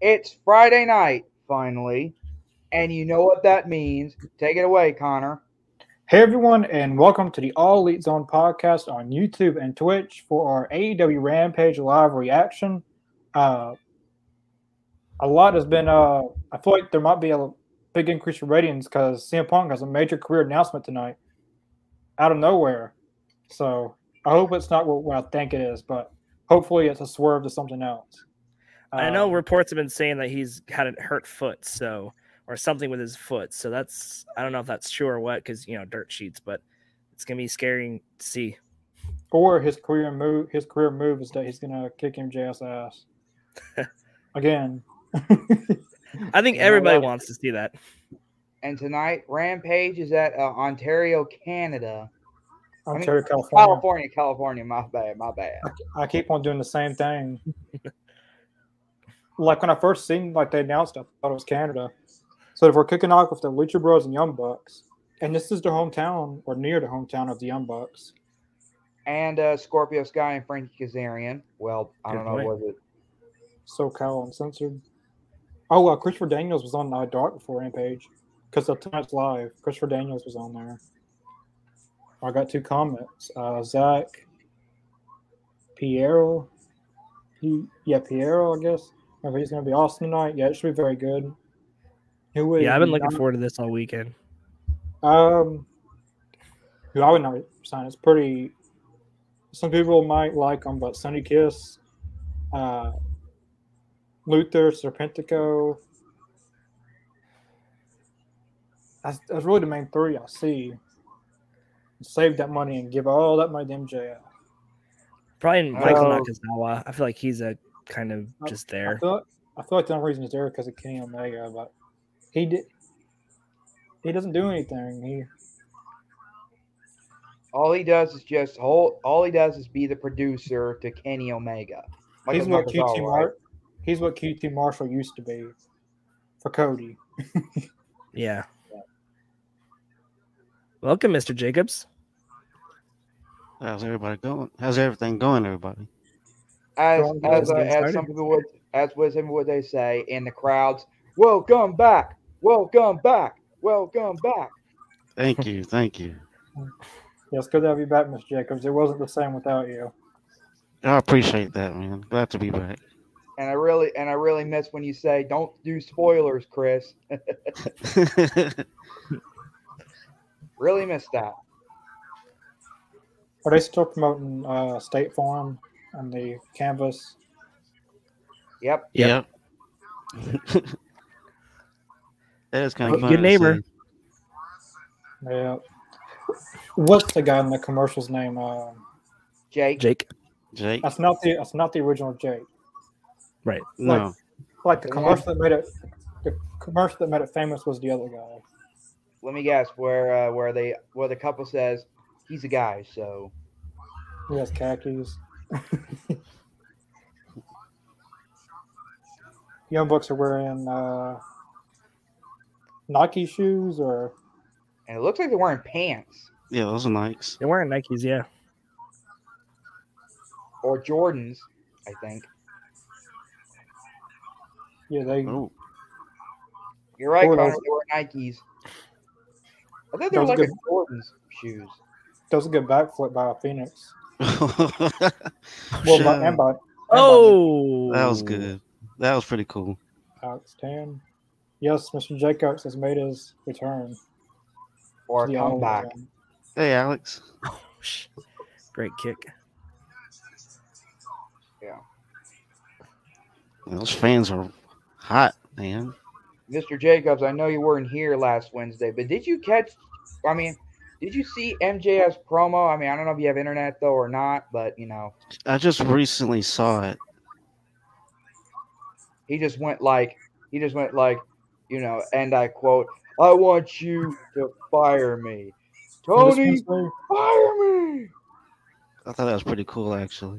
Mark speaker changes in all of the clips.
Speaker 1: It's Friday night, finally. And you know what that means. Take it away, Connor.
Speaker 2: Hey everyone, and welcome to the All Elite Zone podcast on YouTube and Twitch for our AEW Rampage live reaction. Uh, a lot has been. Uh, I feel like there might be a big increase in ratings because CM Punk has a major career announcement tonight, out of nowhere. So I hope it's not what, what I think it is, but hopefully it's a swerve to something else.
Speaker 3: I know
Speaker 2: Um,
Speaker 3: reports have been saying that he's had a hurt foot, so or something with his foot. So that's I don't know if that's true or what, because you know dirt sheets, but it's gonna be scary to see.
Speaker 2: or his career move. His career move is that he's gonna kick MJF's ass again.
Speaker 3: I think
Speaker 2: You know
Speaker 3: everybody
Speaker 2: what?
Speaker 3: wants to see that.
Speaker 1: And tonight, Rampage is at uh, Ontario, Canada. mean,
Speaker 2: Ontario, California.
Speaker 1: California, California. My bad, my bad.
Speaker 2: I keep on doing the same thing. like when I first seen like they announced, it, I thought it was Canada. So if we're kicking off with the Lucha Bros and Young Bucks, and this is the hometown or near the hometown of the Young Bucks.
Speaker 1: And uh, Scorpio Sky and Frankie Kazarian. Well, I
Speaker 3: Good
Speaker 1: don't know,
Speaker 3: point.
Speaker 1: was it?
Speaker 2: SoCal Uncensored. Oh, uh, Christopher Daniels was on uh, Dark before Rampage because of Tonight's Live. Christopher Daniels was on there. I got two comments. Uh, Zach Piero. He, yeah, Piero, I guess. I think he's going to be awesome tonight. Yeah, it should be very good. Who would
Speaker 3: Yeah, I've been looking forward to this all weekend.
Speaker 2: Um, who I would not sign. It's pretty. Some people might like them, but Sunny Kiss, uh, Luther, Serpentico. That's, that's really the main three I see. Save that money and give all that money to MJF.
Speaker 3: Probably Michael
Speaker 2: Oh.
Speaker 3: Nakazawa. I feel like he's a kind of
Speaker 2: I-
Speaker 3: just
Speaker 2: I
Speaker 3: there.
Speaker 2: feel, I feel like the only reason he's there because of Kenny Omega, but he did. He doesn't do anything. He
Speaker 1: All he does is just hold. All he does is be the producer to Kenny Omega. Like
Speaker 2: he's
Speaker 1: a
Speaker 2: what
Speaker 1: Nakazawa,
Speaker 2: QT
Speaker 1: right?
Speaker 2: Mar- he's what QT Marshall used to be for Cody.
Speaker 3: Yeah. Welcome, Mr. Jacobs.
Speaker 4: How's everybody going? How's everything going, everybody?
Speaker 1: as
Speaker 2: Strong guys
Speaker 1: as, uh,
Speaker 3: getting
Speaker 1: as
Speaker 3: started.
Speaker 1: some people would as with some would they say in the crowds, welcome back, welcome back, welcome back.
Speaker 4: Thank you, thank you.
Speaker 2: Yes, good to have you back, Miss Jacobs. It wasn't the same without you.
Speaker 4: I appreciate that, man. Glad to be back.
Speaker 1: And I really and I really miss when you say don't do spoilers, Chris. Really miss that.
Speaker 2: Are they still promoting uh, State Farm and the canvas?
Speaker 1: Yep.
Speaker 4: yep. that is kind
Speaker 3: Good
Speaker 4: of fun. to
Speaker 3: neighbor.
Speaker 4: see.
Speaker 2: Yeah. What's the guy in the commercial's name? Uh,
Speaker 1: Jake.
Speaker 3: Jake.
Speaker 4: Jake.
Speaker 2: that's not the that's not the original Jake.
Speaker 3: Right.
Speaker 4: No.
Speaker 2: Like the
Speaker 1: Yeah.
Speaker 2: commercial that made it, the commercial that made it famous was the other guy.
Speaker 1: Let me guess where uh, where they where the couple says he's a guy, so
Speaker 2: He has khakis. Young Bucks are wearing uh, Nike shoes, or
Speaker 1: and it looks like they're wearing pants
Speaker 4: Yeah, those are Nikes.
Speaker 3: They're wearing Nikes, yeah.
Speaker 1: or Jordans, I think.
Speaker 2: yeah, they
Speaker 4: Oh,
Speaker 1: You're right,
Speaker 2: Or
Speaker 1: Connor.
Speaker 2: those-
Speaker 1: They were Nikes. I thought they were
Speaker 2: Those
Speaker 1: like
Speaker 2: good-
Speaker 1: a Jordans shoes.
Speaker 2: that was a good backflip by Phoenix. Well,
Speaker 4: Shit.
Speaker 2: by, and by and by
Speaker 3: Oh
Speaker 4: that was good. That was pretty cool.
Speaker 2: Alex Tan. Yes, Mr. Jacobs has made his return. to
Speaker 1: Or a
Speaker 2: the Island
Speaker 1: comeback.
Speaker 2: Zone.
Speaker 4: Hey, Alex.
Speaker 3: Sh- Great kick.
Speaker 4: Those fans are hot, man.
Speaker 1: Mr. Jacobs, I know you weren't here last Wednesday, but did you catch? I mean, did you see MJS promo? I mean, I don't know if you have internet though or not, but you know,
Speaker 4: I just recently saw it.
Speaker 1: he just went like, he just went like, you know, and I quote, "I want you to fire me,
Speaker 2: And this
Speaker 1: Tony,
Speaker 2: Wednesday-
Speaker 1: fire me."
Speaker 4: I thought that was pretty cool, actually.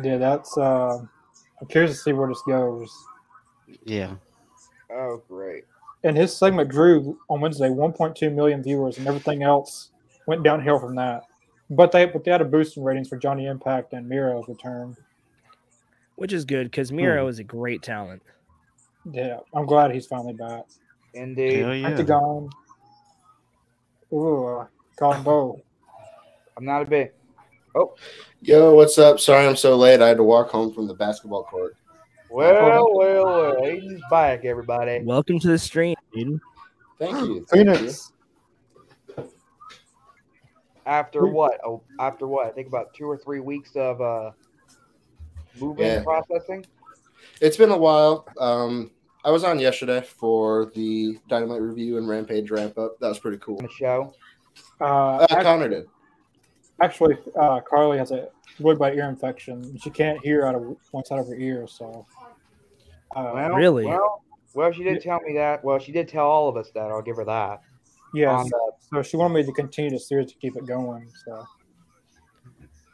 Speaker 2: Yeah, that's. Uh, I'm curious to see where this goes.
Speaker 4: Yeah.
Speaker 1: Oh, great!
Speaker 2: and his segment drew on Wednesday 1.2 million viewers, and everything else went downhill from that. But they but they had a boost in ratings for Johnny Impact and Miro's return.
Speaker 3: which is good because Miro
Speaker 2: Hmm.
Speaker 3: is a great talent.
Speaker 2: Yeah, I'm glad he's finally back.
Speaker 1: Indeed.
Speaker 4: Hell yeah.
Speaker 2: Pentagon. Ooh, Golden Bowl.
Speaker 1: I'm not a big.
Speaker 5: Yo, what's up? Sorry I'm so late. I had to walk home from the basketball court.
Speaker 1: Well, well, well. Aiden's back, everybody.
Speaker 3: Welcome to the stream, dude.
Speaker 5: Thank you. Thank
Speaker 2: Phoenix.
Speaker 1: After what? Oh, after what? I think about two or three weeks of uh, moving
Speaker 5: Yeah.
Speaker 1: processing.
Speaker 5: you. It's been a while. Um, I was on yesterday for the Dynamite review and Rampage ramp up. That was pretty cool.
Speaker 1: on The show.
Speaker 2: Uh,
Speaker 5: Uh,
Speaker 2: ac-
Speaker 5: Connor did.
Speaker 2: actually, uh, Carly has a woodbite ear infection. She can't hear out of one side of her ear, so. Uh,
Speaker 1: Well,
Speaker 3: Really?
Speaker 1: Well, well, she did tell me that. Well, she did tell all of us that. I'll give her that.
Speaker 2: yeah,
Speaker 1: On the-
Speaker 2: so she wanted me to continue the series to keep it going. So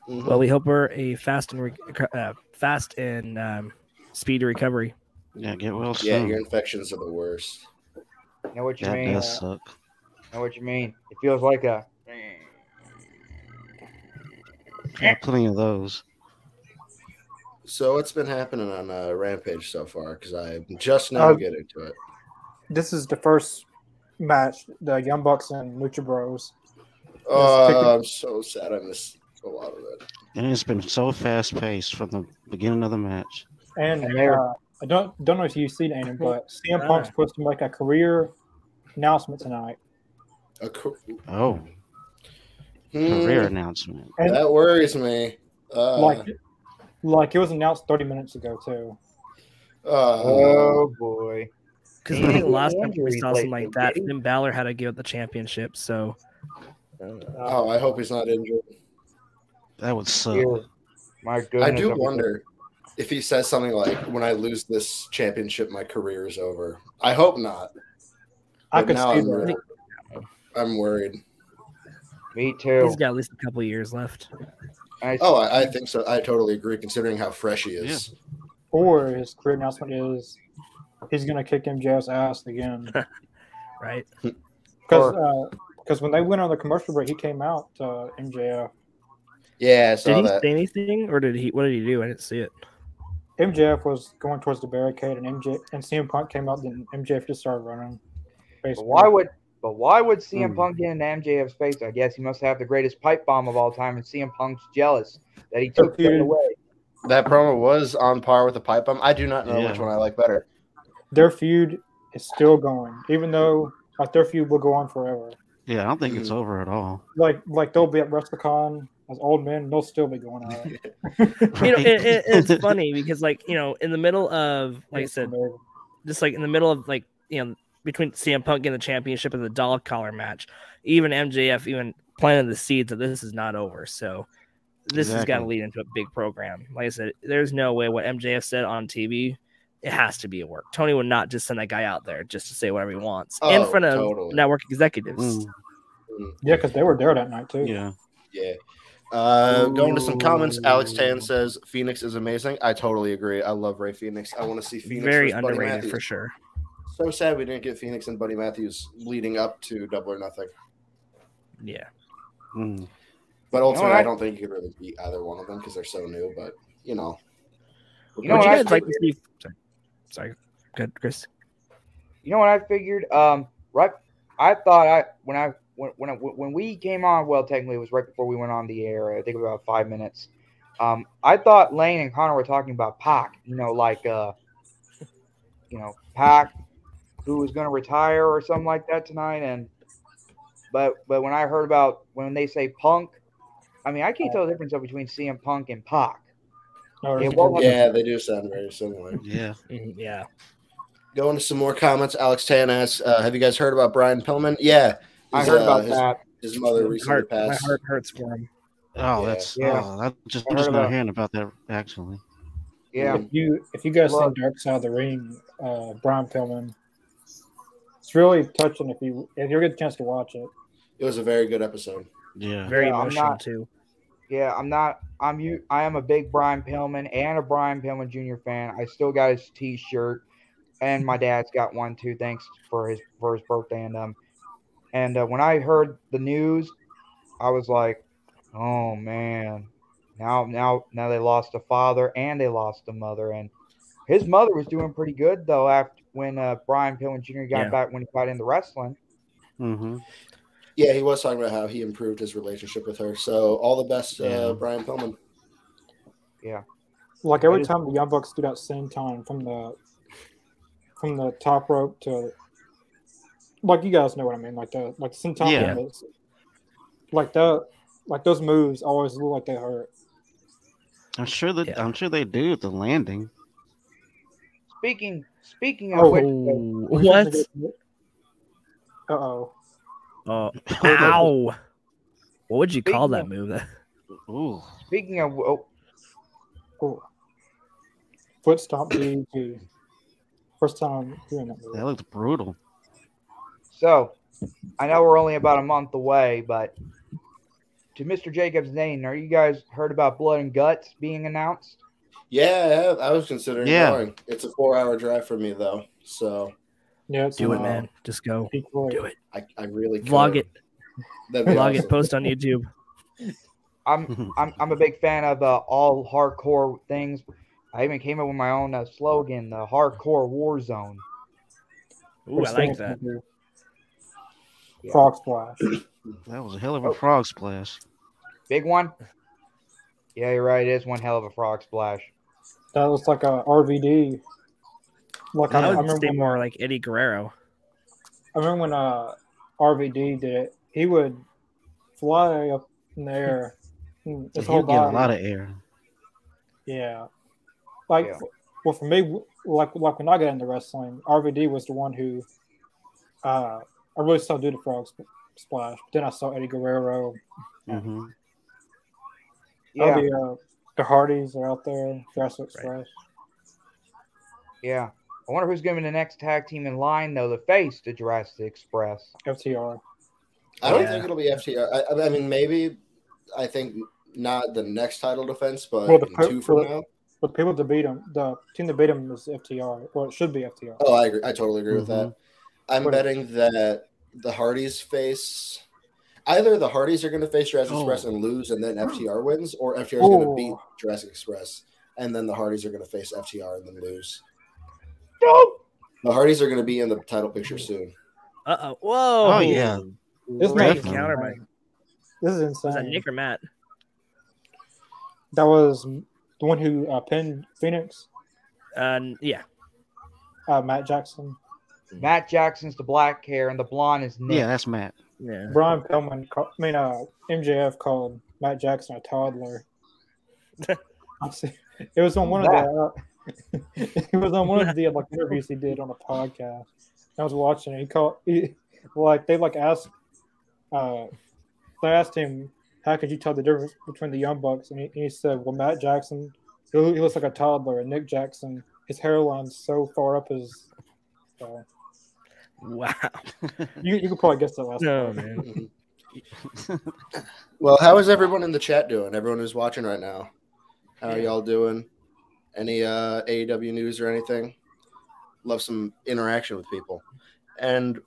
Speaker 5: Mhm.
Speaker 3: Well, we hope we're a fast and rec- uh, fast and um, speed recovery.
Speaker 4: Yeah, get well soon.
Speaker 5: yeah, your infections are the worst.
Speaker 1: know what you
Speaker 4: that
Speaker 1: mean?
Speaker 4: does suck.
Speaker 1: Know what you mean? It feels like a.
Speaker 4: Yeah, plenty of those.
Speaker 5: So what's been happening on uh, Rampage so far? Because I'm just now
Speaker 2: Uh,
Speaker 5: getting to it.
Speaker 2: this is the first match, the Young Bucks and Lucha Bros. pick
Speaker 5: Oh, I'm so sad. I missed a lot of it.
Speaker 4: And it's been so fast paced from the beginning of the match.
Speaker 2: And
Speaker 1: And they were-
Speaker 2: uh, I don't don't know if you've seen Aiden, but CM Punk's
Speaker 3: Ah.
Speaker 2: supposed to make a career announcement tonight.
Speaker 5: A cou-
Speaker 4: Oh,
Speaker 5: Hmm,
Speaker 4: career announcement.
Speaker 2: And
Speaker 5: that worries me. Uh,
Speaker 2: like like it was announced thirty minutes ago too.
Speaker 5: uh,
Speaker 1: Oh boy.
Speaker 3: Because
Speaker 1: Yeah.
Speaker 3: I think last time we
Speaker 1: Injuries
Speaker 3: saw something
Speaker 1: lately,
Speaker 3: like that,
Speaker 1: dude.
Speaker 3: Finn Balor had to give up the championship. So
Speaker 5: oh, I hope he's not injured.
Speaker 4: That would suck.
Speaker 1: Dear. My goodness.
Speaker 5: I do
Speaker 1: I'm-
Speaker 5: wonder if he says something like, "When I lose this championship, my career is over." I hope not.
Speaker 2: I
Speaker 5: but
Speaker 2: could
Speaker 5: now
Speaker 2: see
Speaker 5: I'm,
Speaker 2: that.
Speaker 5: worried. I'm worried.
Speaker 1: Me too.
Speaker 3: he's got at least a couple of years left.
Speaker 1: I,
Speaker 5: Oh, I, I think so. I totally agree. Considering how fresh he is.
Speaker 2: Or his career announcement is he's gonna kick MJF's ass again.
Speaker 3: Right?
Speaker 2: Because when they went on the commercial break, he came out uh, MJF.
Speaker 5: Yeah, I
Speaker 3: Did
Speaker 5: saw
Speaker 3: he
Speaker 5: that.
Speaker 3: say anything, or did he? What did he do? I didn't see it.
Speaker 2: MJF was going towards the barricade, and MJ and CM Punk came out. Then MJF just started running.
Speaker 1: But
Speaker 2: Basically.
Speaker 1: why would but why would CM
Speaker 4: Hmm.
Speaker 1: Punk get into MJF's face? I guess he must have the greatest pipe bomb of all time, and CM Punk's jealous that he took
Speaker 2: Okay.
Speaker 1: it away.
Speaker 5: That promo was on par with the pipe bomb. I do not know
Speaker 4: Yeah.
Speaker 5: which one I like better.
Speaker 2: their feud is still going, even though like their feud will go on forever.
Speaker 4: Yeah, I don't think it's over at all.
Speaker 2: Like like they'll be at WrestleCon as old men, they'll still be going out.
Speaker 3: You know,
Speaker 4: Right?
Speaker 3: it, it, it's funny because, like, you know, in the middle of, like I said, just like in the middle of like you know between CM Punk and the championship and the dollar collar match, even MJF even planted the seeds that this is not over. So this has got to
Speaker 4: Exactly.
Speaker 3: lead into a big program. Like I said, there's no way what MJF said on TV. It has to be a work. Tony would not just send that guy out there just to say whatever he wants in
Speaker 5: Oh,
Speaker 3: front of
Speaker 5: totally. Hmm.
Speaker 3: network executives.
Speaker 4: Mm,
Speaker 2: Yeah, because they were there that night too.
Speaker 4: yeah.
Speaker 5: Yeah. Uh, going to some comments. Alex
Speaker 1: Ooh.
Speaker 5: Tan says Phoenix is amazing. I totally agree. I love Ray Phoenix. I want to see Phoenix.
Speaker 3: Very
Speaker 5: versus Buddy
Speaker 3: underrated
Speaker 5: Matthews.
Speaker 3: for sure.
Speaker 5: So sad we didn't get Phoenix and Buddy Matthews leading up to Double or Nothing.
Speaker 3: Yeah.
Speaker 4: Mm.
Speaker 5: But ultimately,
Speaker 1: what I-
Speaker 5: I don't think you could really beat either one of them because they're so new. But you know,
Speaker 1: You know
Speaker 3: Would
Speaker 1: what
Speaker 3: you
Speaker 1: I
Speaker 3: guys like
Speaker 1: figured?
Speaker 3: to see? Sorry, sorry. Good, Chris.
Speaker 1: You know what I figured? Um, right. I thought I when I when when, I, when we came on. Well, technically, it was right before we went on the air. I think about five minutes. Um, I thought Lane and Connor were talking about Pac. You know, like uh, you know, Pac, who was going to retire or something like that tonight. And but but when I heard about when they say Punk, I mean, I can't tell the difference between CM Punk and Pac.
Speaker 2: No,
Speaker 1: Yeah,
Speaker 2: it
Speaker 1: what
Speaker 2: was-
Speaker 1: was-
Speaker 5: yeah, they do sound very similar.
Speaker 4: Yeah.
Speaker 3: Mhm, yeah.
Speaker 5: Going to some more comments. Alex Tan asks, uh, "Have you guys heard about Brian Pillman?" Yeah,
Speaker 1: I
Speaker 5: his,
Speaker 1: heard
Speaker 5: uh,
Speaker 1: about
Speaker 5: his,
Speaker 1: that.
Speaker 5: His mother
Speaker 3: my,
Speaker 5: recently
Speaker 3: heart, my
Speaker 5: passed.
Speaker 3: heart hurts for him.
Speaker 4: Oh,
Speaker 5: Yeah.
Speaker 4: that's
Speaker 1: Yeah.
Speaker 4: Oh, that just,
Speaker 1: I
Speaker 4: I'm
Speaker 1: heard
Speaker 4: just not
Speaker 1: about-
Speaker 4: hearing about that actually.
Speaker 1: Yeah.
Speaker 5: Mm-hmm.
Speaker 2: If you if you guys see
Speaker 1: Look.
Speaker 2: Dark Side of the Ring, uh, Brian Pillman, it's really touching. If you if you get a chance to watch it,
Speaker 5: It was a very good episode.
Speaker 4: Yeah.
Speaker 3: Very
Speaker 1: Yeah, I'm
Speaker 3: emotional
Speaker 1: not-
Speaker 3: too.
Speaker 1: Yeah, I'm not. I'm you. I am a big Brian Pillman and a Brian Pillman Jr. fan. I still got his T-shirt, and my dad's got one too. Thanks for his for his birthday and um. And uh, when I heard the news, I was like, "Oh man, Now, now, now they lost a father and they lost a mother, and his mother was doing pretty good though. After when uh, Brian Pillman Jr. got
Speaker 3: Yeah.
Speaker 1: back when he got into wrestling,
Speaker 4: Mm-hmm.
Speaker 5: Yeah, he was talking about how he improved his relationship with her. So all the best,
Speaker 4: Yeah.
Speaker 5: uh, Brian Pillman.
Speaker 2: Like every
Speaker 1: That is-
Speaker 2: time the Young Bucks do that same time from the from the top rope to like you guys know what I mean, like the like senton
Speaker 4: Yeah.
Speaker 2: moves. like the like those moves always look like they hurt.
Speaker 4: I'm sure that
Speaker 3: Yeah.
Speaker 4: I'm sure they do with the landing.
Speaker 1: speaking speaking of
Speaker 2: Oh.
Speaker 1: which,
Speaker 3: Oh, what?
Speaker 2: Uh oh.
Speaker 3: Oh, ow! What would you call that move?
Speaker 4: Ooh,
Speaker 1: speaking of oh,
Speaker 2: Cool. Foot stomp DDT. First time doing that.
Speaker 4: that
Speaker 2: Move.
Speaker 4: looked brutal.
Speaker 1: so, I know we're only about a month away, but to Mr. Jacobs' name, are you guys heard about Blood and Guts being announced?
Speaker 5: Yeah, I have- I was considering
Speaker 4: Yeah.
Speaker 5: going. It's a four-hour drive for me though, so
Speaker 2: Yeah, it's
Speaker 3: Do it,
Speaker 5: Wow.
Speaker 3: man. Just go.
Speaker 2: Pink Floyd.
Speaker 3: Do it.
Speaker 5: I, I really
Speaker 3: Vlog
Speaker 5: could.
Speaker 3: it.
Speaker 5: That'd be
Speaker 3: Vlog
Speaker 5: awesome.
Speaker 3: it. Post on YouTube.
Speaker 1: I'm I'm, I'm a big fan of uh, all hardcore things. I even came up with my own uh, slogan, the Hardcore War Zone.
Speaker 3: Ooh, I like
Speaker 2: Experience
Speaker 3: that.
Speaker 2: with your
Speaker 1: Yeah.
Speaker 2: Frog splash.
Speaker 4: that was a hell of a
Speaker 1: Oh.
Speaker 4: frog splash.
Speaker 1: Big one. Yeah, you're right. It is one hell of a frog splash.
Speaker 2: That looks like a RVD. Like I, I
Speaker 3: I would
Speaker 2: remember
Speaker 3: stay
Speaker 2: when,
Speaker 3: more like Eddie Guerrero.
Speaker 2: I remember when uh, RVD did it. He would fly up in the air. and
Speaker 4: He'll
Speaker 2: His
Speaker 4: get
Speaker 2: whole
Speaker 4: a
Speaker 2: body.
Speaker 4: lot of air.
Speaker 2: yeah. Like,
Speaker 1: Yeah.
Speaker 2: well, for me, like like when I got into wrestling, RVD was the one who. Uh, I really saw do the frog sp- splash. Then I saw Eddie Guerrero.
Speaker 4: hmm
Speaker 1: Yeah,
Speaker 2: Oh, the, uh, the Hardys are out there. Jurassic Express.
Speaker 1: yeah. I wonder who's going to be the next tag team in line, though. The face to Jurassic Express.
Speaker 2: FTR.
Speaker 5: I don't
Speaker 3: Yeah.
Speaker 5: think it'll be FTR. I- I, I mean, maybe. I think not the next title defense, but
Speaker 2: Well, the
Speaker 5: in
Speaker 2: per-
Speaker 5: two from
Speaker 2: per-
Speaker 5: now.
Speaker 2: But the people to beat him, the team that beat him was FTR, or it should be FTR.
Speaker 5: Oh, I agree. I totally agree with that. I'm
Speaker 2: What-
Speaker 5: betting that the Hardys face either the Hardys are going to face Jurassic
Speaker 4: Oh.
Speaker 5: Express and lose, and then FTR wins, or FTR is going
Speaker 2: Oh.
Speaker 5: to beat Jurassic Express, and then the Hardys are going to face FTR and then lose.
Speaker 1: Nope.
Speaker 5: The Hardys are going to be in the title picture soon.
Speaker 3: Uh oh. Whoa.
Speaker 4: Oh, yeah,
Speaker 2: This
Speaker 3: Great
Speaker 4: Definitely.
Speaker 3: counter, Mike.
Speaker 2: This is
Speaker 3: Was
Speaker 2: insane.
Speaker 3: that Nick or Matt?
Speaker 2: That was the one who uh, pinned Phoenix,
Speaker 3: Uh, yeah.
Speaker 2: uh, Matt Jackson.
Speaker 1: Matt Jackson's the black hair, and the blonde is Nick.
Speaker 4: yeah, that's Matt.
Speaker 3: Yeah.
Speaker 2: Brian Pillman, ca- I mean, uh, MJF called Matt Jackson a toddler. I'm se- it was on one of the. Uh, it was on one of the like interviews he did on a podcast. I was watching. It. He called. He, like they like asked. Uh, they asked him, "How could you tell the difference between the Young Bucks?" And he, and he said, "Well, Matt Jackson, he, lo- he looks like a toddler, and Nick Jackson, his hairline's so far up his." Uh,
Speaker 3: Wow.
Speaker 2: you you could probably guess that last.
Speaker 3: No,
Speaker 2: part.
Speaker 3: man.
Speaker 5: Well, how is everyone in the chat doing? Everyone who's watching right now, how are y'all doing? Any uh, AEW news or anything? Love some interaction with people. And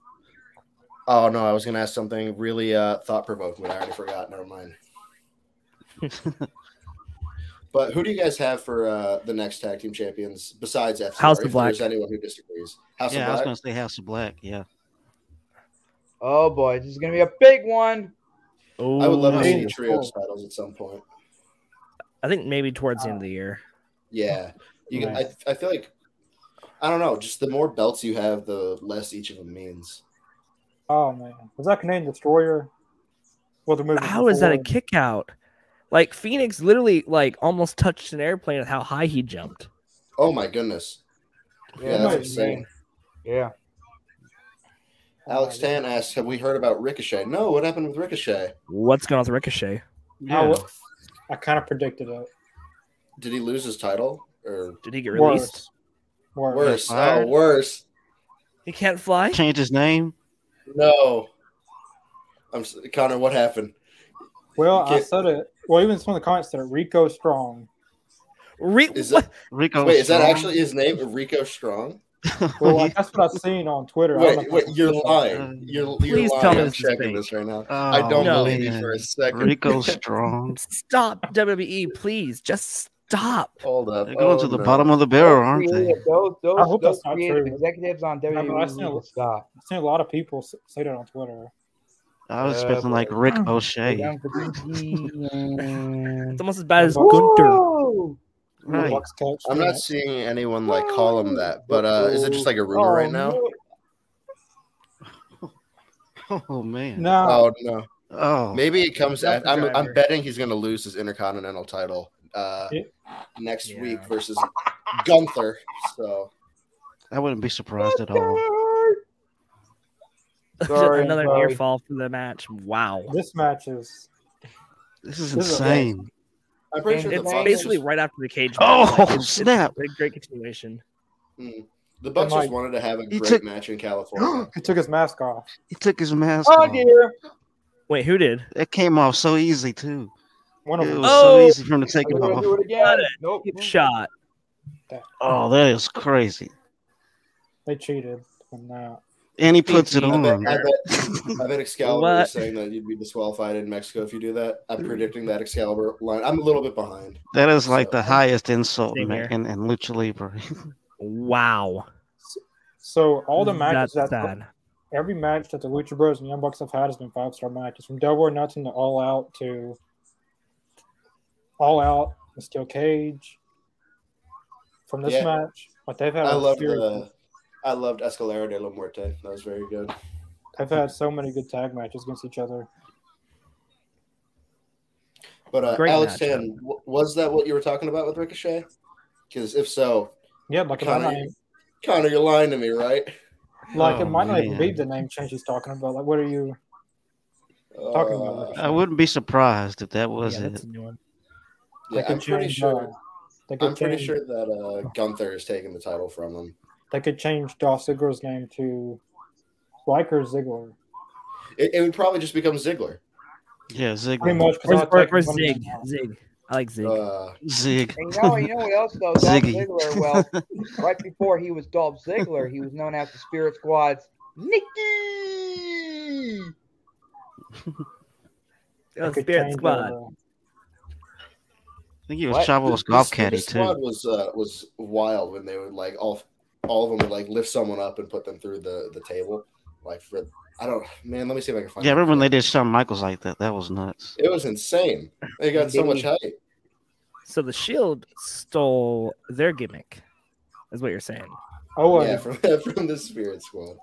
Speaker 5: oh no, I was gonna ask something really uh, thought provoking, but I already forgot. Never mind. but who do you guys have for uh, the next tag team champions besides FTR?
Speaker 3: House of
Speaker 5: if
Speaker 3: Black.
Speaker 5: There's anyone who disagrees? House
Speaker 4: yeah, I
Speaker 5: of
Speaker 4: was
Speaker 5: Black.
Speaker 4: gonna say House of Black. Yeah,
Speaker 1: Oh boy, this is going to be a big one.
Speaker 3: Oh,
Speaker 5: I would love to see
Speaker 2: Ooh.
Speaker 5: the trios titles at some point.
Speaker 3: I think maybe towards the end of the year.
Speaker 5: Yeah, you. Can, I,
Speaker 2: Nice.
Speaker 5: I feel like I don't know. Just the more belts you have, the less each of them means.
Speaker 2: Oh man, was that Canadian Destroyer? Well, the movie.
Speaker 3: How is that a
Speaker 2: before.
Speaker 3: kick out? Like Phoenix literally like almost touched an airplane with how high he jumped.
Speaker 5: Oh my goodness! Yeah,
Speaker 1: Yeah,
Speaker 5: that's
Speaker 2: nice.
Speaker 5: insane.
Speaker 1: yeah.
Speaker 2: Oh
Speaker 5: Alex Tan asks, "Have we heard about Ricochet?" No. What happened with Ricochet?
Speaker 3: What's going on with Ricochet?
Speaker 2: I,
Speaker 4: yeah.
Speaker 2: wa- I kind of predicted it.
Speaker 5: Did he lose his title or
Speaker 3: Did he get released?
Speaker 2: Worse. Worse.
Speaker 5: worse?
Speaker 4: Fired?
Speaker 5: Oh, worse.
Speaker 3: He can't fly.
Speaker 4: Change his name.
Speaker 5: No. I'm s- Connor. What happened?
Speaker 2: Well, I
Speaker 5: Get-
Speaker 2: said it. Well, even some of the comments said it. Rico Strong.
Speaker 3: Re-
Speaker 5: Is
Speaker 3: what?
Speaker 5: that
Speaker 4: Rico.
Speaker 5: wait? Is that
Speaker 4: Strong.
Speaker 5: actually his name? Rico Strong?
Speaker 2: Well, like, that's what I've seen on Twitter. I don't know
Speaker 5: Wait,
Speaker 2: if
Speaker 5: wait,
Speaker 2: that's
Speaker 5: you're
Speaker 2: true.
Speaker 5: lying. You're, you're
Speaker 3: Please
Speaker 5: lying.
Speaker 3: tell me
Speaker 5: I'm
Speaker 3: this is
Speaker 5: checking
Speaker 3: fake.
Speaker 5: this right now.
Speaker 4: Oh,
Speaker 5: I don't
Speaker 3: No.
Speaker 5: believe you for a second.
Speaker 4: Rico Strong.
Speaker 3: Stop WWE, please. Just stop.
Speaker 5: Hold up.
Speaker 4: They're going
Speaker 5: Oh,
Speaker 4: to the
Speaker 5: no. Oh,
Speaker 4: bottom of the barrel, aren't they?
Speaker 1: Creative- Those,
Speaker 2: I
Speaker 1: those,
Speaker 2: hope
Speaker 1: those
Speaker 2: that's not
Speaker 1: creative
Speaker 2: true.
Speaker 1: executives on
Speaker 2: I mean,
Speaker 1: WWE
Speaker 2: I've seen
Speaker 1: need
Speaker 2: a-
Speaker 1: to stop.
Speaker 2: I've seen a lot of people s- say that on Twitter.
Speaker 4: I was
Speaker 1: Uh,
Speaker 4: expecting like
Speaker 5: Oh.
Speaker 1: but-
Speaker 4: Rick O'Shea.
Speaker 1: Young Fatigue.
Speaker 3: It's almost as bad as Gunter.
Speaker 1: Whoa!
Speaker 4: Right.
Speaker 2: Lux Touch,
Speaker 5: I'm
Speaker 2: yeah.
Speaker 5: not seeing anyone like call him that, but uh, is it just like a rumor
Speaker 1: Oh,
Speaker 5: right now?
Speaker 1: no.
Speaker 4: Oh man.
Speaker 2: No,
Speaker 5: Oh no,
Speaker 4: Oh.
Speaker 5: maybe it comes.
Speaker 3: That's
Speaker 5: At,
Speaker 3: the
Speaker 5: I'm I'm
Speaker 3: driver.
Speaker 5: betting he's gonna lose his Intercontinental title uh,
Speaker 2: Yeah.
Speaker 5: next
Speaker 3: Yeah.
Speaker 5: week versus Gunther. So
Speaker 4: I wouldn't be surprised at all.
Speaker 1: Sorry,
Speaker 3: Another
Speaker 1: sorry.
Speaker 3: near fall for the match. Wow.
Speaker 5: oh.
Speaker 2: this match is.
Speaker 4: This is
Speaker 2: This is a-
Speaker 4: insane.
Speaker 5: I'm pretty sure
Speaker 1: And
Speaker 5: the
Speaker 1: it's
Speaker 5: Bucks
Speaker 3: Basically,
Speaker 5: just-
Speaker 3: right after the cage.
Speaker 4: Oh,
Speaker 3: match. Like, it's-
Speaker 4: snap.
Speaker 3: It's a great continuation.
Speaker 5: Mm. the Bucks
Speaker 2: And,
Speaker 5: just
Speaker 2: like,
Speaker 5: wanted to have a
Speaker 4: he
Speaker 5: great
Speaker 4: took-
Speaker 5: match in California.
Speaker 2: He took his mask off.
Speaker 4: He took his mask
Speaker 1: Oh
Speaker 4: off.
Speaker 1: dear.
Speaker 3: Wait, who did?
Speaker 4: It came off so easy too.
Speaker 2: One of
Speaker 4: It
Speaker 2: them.
Speaker 4: was
Speaker 3: Oh.
Speaker 4: so easy for him to take
Speaker 1: Are
Speaker 4: it
Speaker 1: you gonna
Speaker 4: off.
Speaker 1: do it again?
Speaker 3: Got it.
Speaker 1: Nope.
Speaker 3: Shot.
Speaker 4: Oh, that is crazy.
Speaker 2: They cheated from that.
Speaker 4: And he puts it
Speaker 3: I
Speaker 5: I bet,
Speaker 4: on.
Speaker 5: I bet, I bet Excalibur
Speaker 3: What?
Speaker 5: is saying that you'd be disqualified in Mexico if you do that. I'm predicting that Excalibur line. I'm a little bit behind.
Speaker 4: That is like
Speaker 5: So-
Speaker 4: the highest insult
Speaker 3: Same
Speaker 4: in,
Speaker 3: here.
Speaker 4: in, in Lucha Libre.
Speaker 3: Wow.
Speaker 2: So all the matches
Speaker 3: Mm, That's
Speaker 2: that
Speaker 3: sad.
Speaker 2: every match that the Lucha Bros and Young Bucks have had has been five star matches, from Double or Nothing to All Out to All Out and Steel Cage. From this
Speaker 5: Yeah.
Speaker 2: match, like they've had,
Speaker 5: I
Speaker 2: a
Speaker 5: loved
Speaker 2: series-
Speaker 5: the. I loved Escalera de la Muerte. That was very good.
Speaker 2: they've had so many good tag matches against each other.
Speaker 5: But uh,
Speaker 3: Great
Speaker 5: Alex
Speaker 3: matchup.
Speaker 5: Tan, w- was that what you were talking about with Ricochet? Because if so,
Speaker 2: Yeah, like it might not,
Speaker 5: Kinda-
Speaker 2: even-
Speaker 5: Connor, you're lying to me, right?
Speaker 2: like it
Speaker 4: Oh,
Speaker 2: might not even be
Speaker 4: man.
Speaker 2: the name change he's talking about. Like, what are you? Talking about
Speaker 5: Uh,
Speaker 4: I wouldn't be surprised if that was
Speaker 3: Yeah,
Speaker 4: it.
Speaker 3: that's a new one.
Speaker 5: yeah,
Speaker 2: they
Speaker 5: I'm
Speaker 2: could
Speaker 5: pretty
Speaker 2: change.
Speaker 5: sure.
Speaker 2: uh, they could
Speaker 5: I'm pretty
Speaker 2: change-
Speaker 5: sure that uh, Gunther is taking the title from him.
Speaker 2: They could change Dolph Ziggler's name to Riker Ziggler.
Speaker 5: It, it would probably just become Ziggler.
Speaker 4: Yeah, Zig.
Speaker 2: Pretty much. 'cause
Speaker 3: Or,
Speaker 2: I'll
Speaker 3: or,
Speaker 2: take
Speaker 3: or
Speaker 2: one
Speaker 3: Uh, Zig.
Speaker 2: name out.
Speaker 3: Zig. I like Zig.
Speaker 5: Uh,
Speaker 4: Zig.
Speaker 1: And you know, you know what else though? Dolph
Speaker 4: Ziggy.
Speaker 1: Ziggler. Well, right before he was Dolph Ziggler, he was known as the Spirit Squad's Nikki.
Speaker 3: oh,
Speaker 2: They could
Speaker 3: Spirit
Speaker 2: change,
Speaker 3: Squad.
Speaker 2: uh,
Speaker 4: I think he was
Speaker 1: What?
Speaker 4: Chavo's
Speaker 5: this-
Speaker 4: golf
Speaker 5: this
Speaker 4: caddy
Speaker 5: squad
Speaker 4: too.
Speaker 5: was uh, was wild when they would like all all of them would like lift someone up and put them through the the table. Like for I don't man, let me see if I can find.
Speaker 4: Yeah, I
Speaker 5: it.
Speaker 4: remember when they did Shawn Michaels like that? That was nuts.
Speaker 5: It was insane. They got so much hype.
Speaker 3: So the Shield stole their gimmick, is what you're saying.
Speaker 2: oh, uh,
Speaker 5: Yeah, from from the Spirit Squad.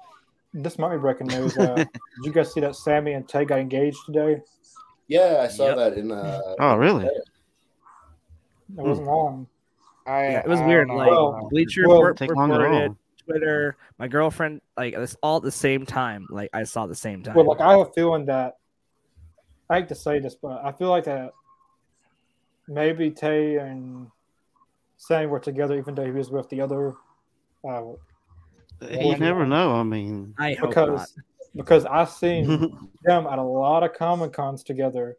Speaker 2: this might be breaking news. Uh, did you guys see that Sammy and Tay got engaged today?
Speaker 5: Yeah, I saw
Speaker 3: Yep.
Speaker 5: that in. Uh,
Speaker 4: Oh, really?
Speaker 2: It wasn't long.
Speaker 1: I,
Speaker 3: Yeah, it was
Speaker 1: I don't
Speaker 3: weird.
Speaker 1: know.
Speaker 3: Like
Speaker 2: Well,
Speaker 3: Bleacher
Speaker 2: well-
Speaker 3: Report
Speaker 4: Take long at
Speaker 3: reported,
Speaker 4: all.
Speaker 3: Twitter, my girlfriend, like this all at the same time. Like I saw at the same time.
Speaker 2: Well, like I have a feeling that I hate to say this, but I feel like that maybe Tay and Sammy were together, even though he was with the other. Uh,
Speaker 4: You never know. I mean,
Speaker 3: I hope not.
Speaker 2: because because I've seen them at a lot of comic cons together,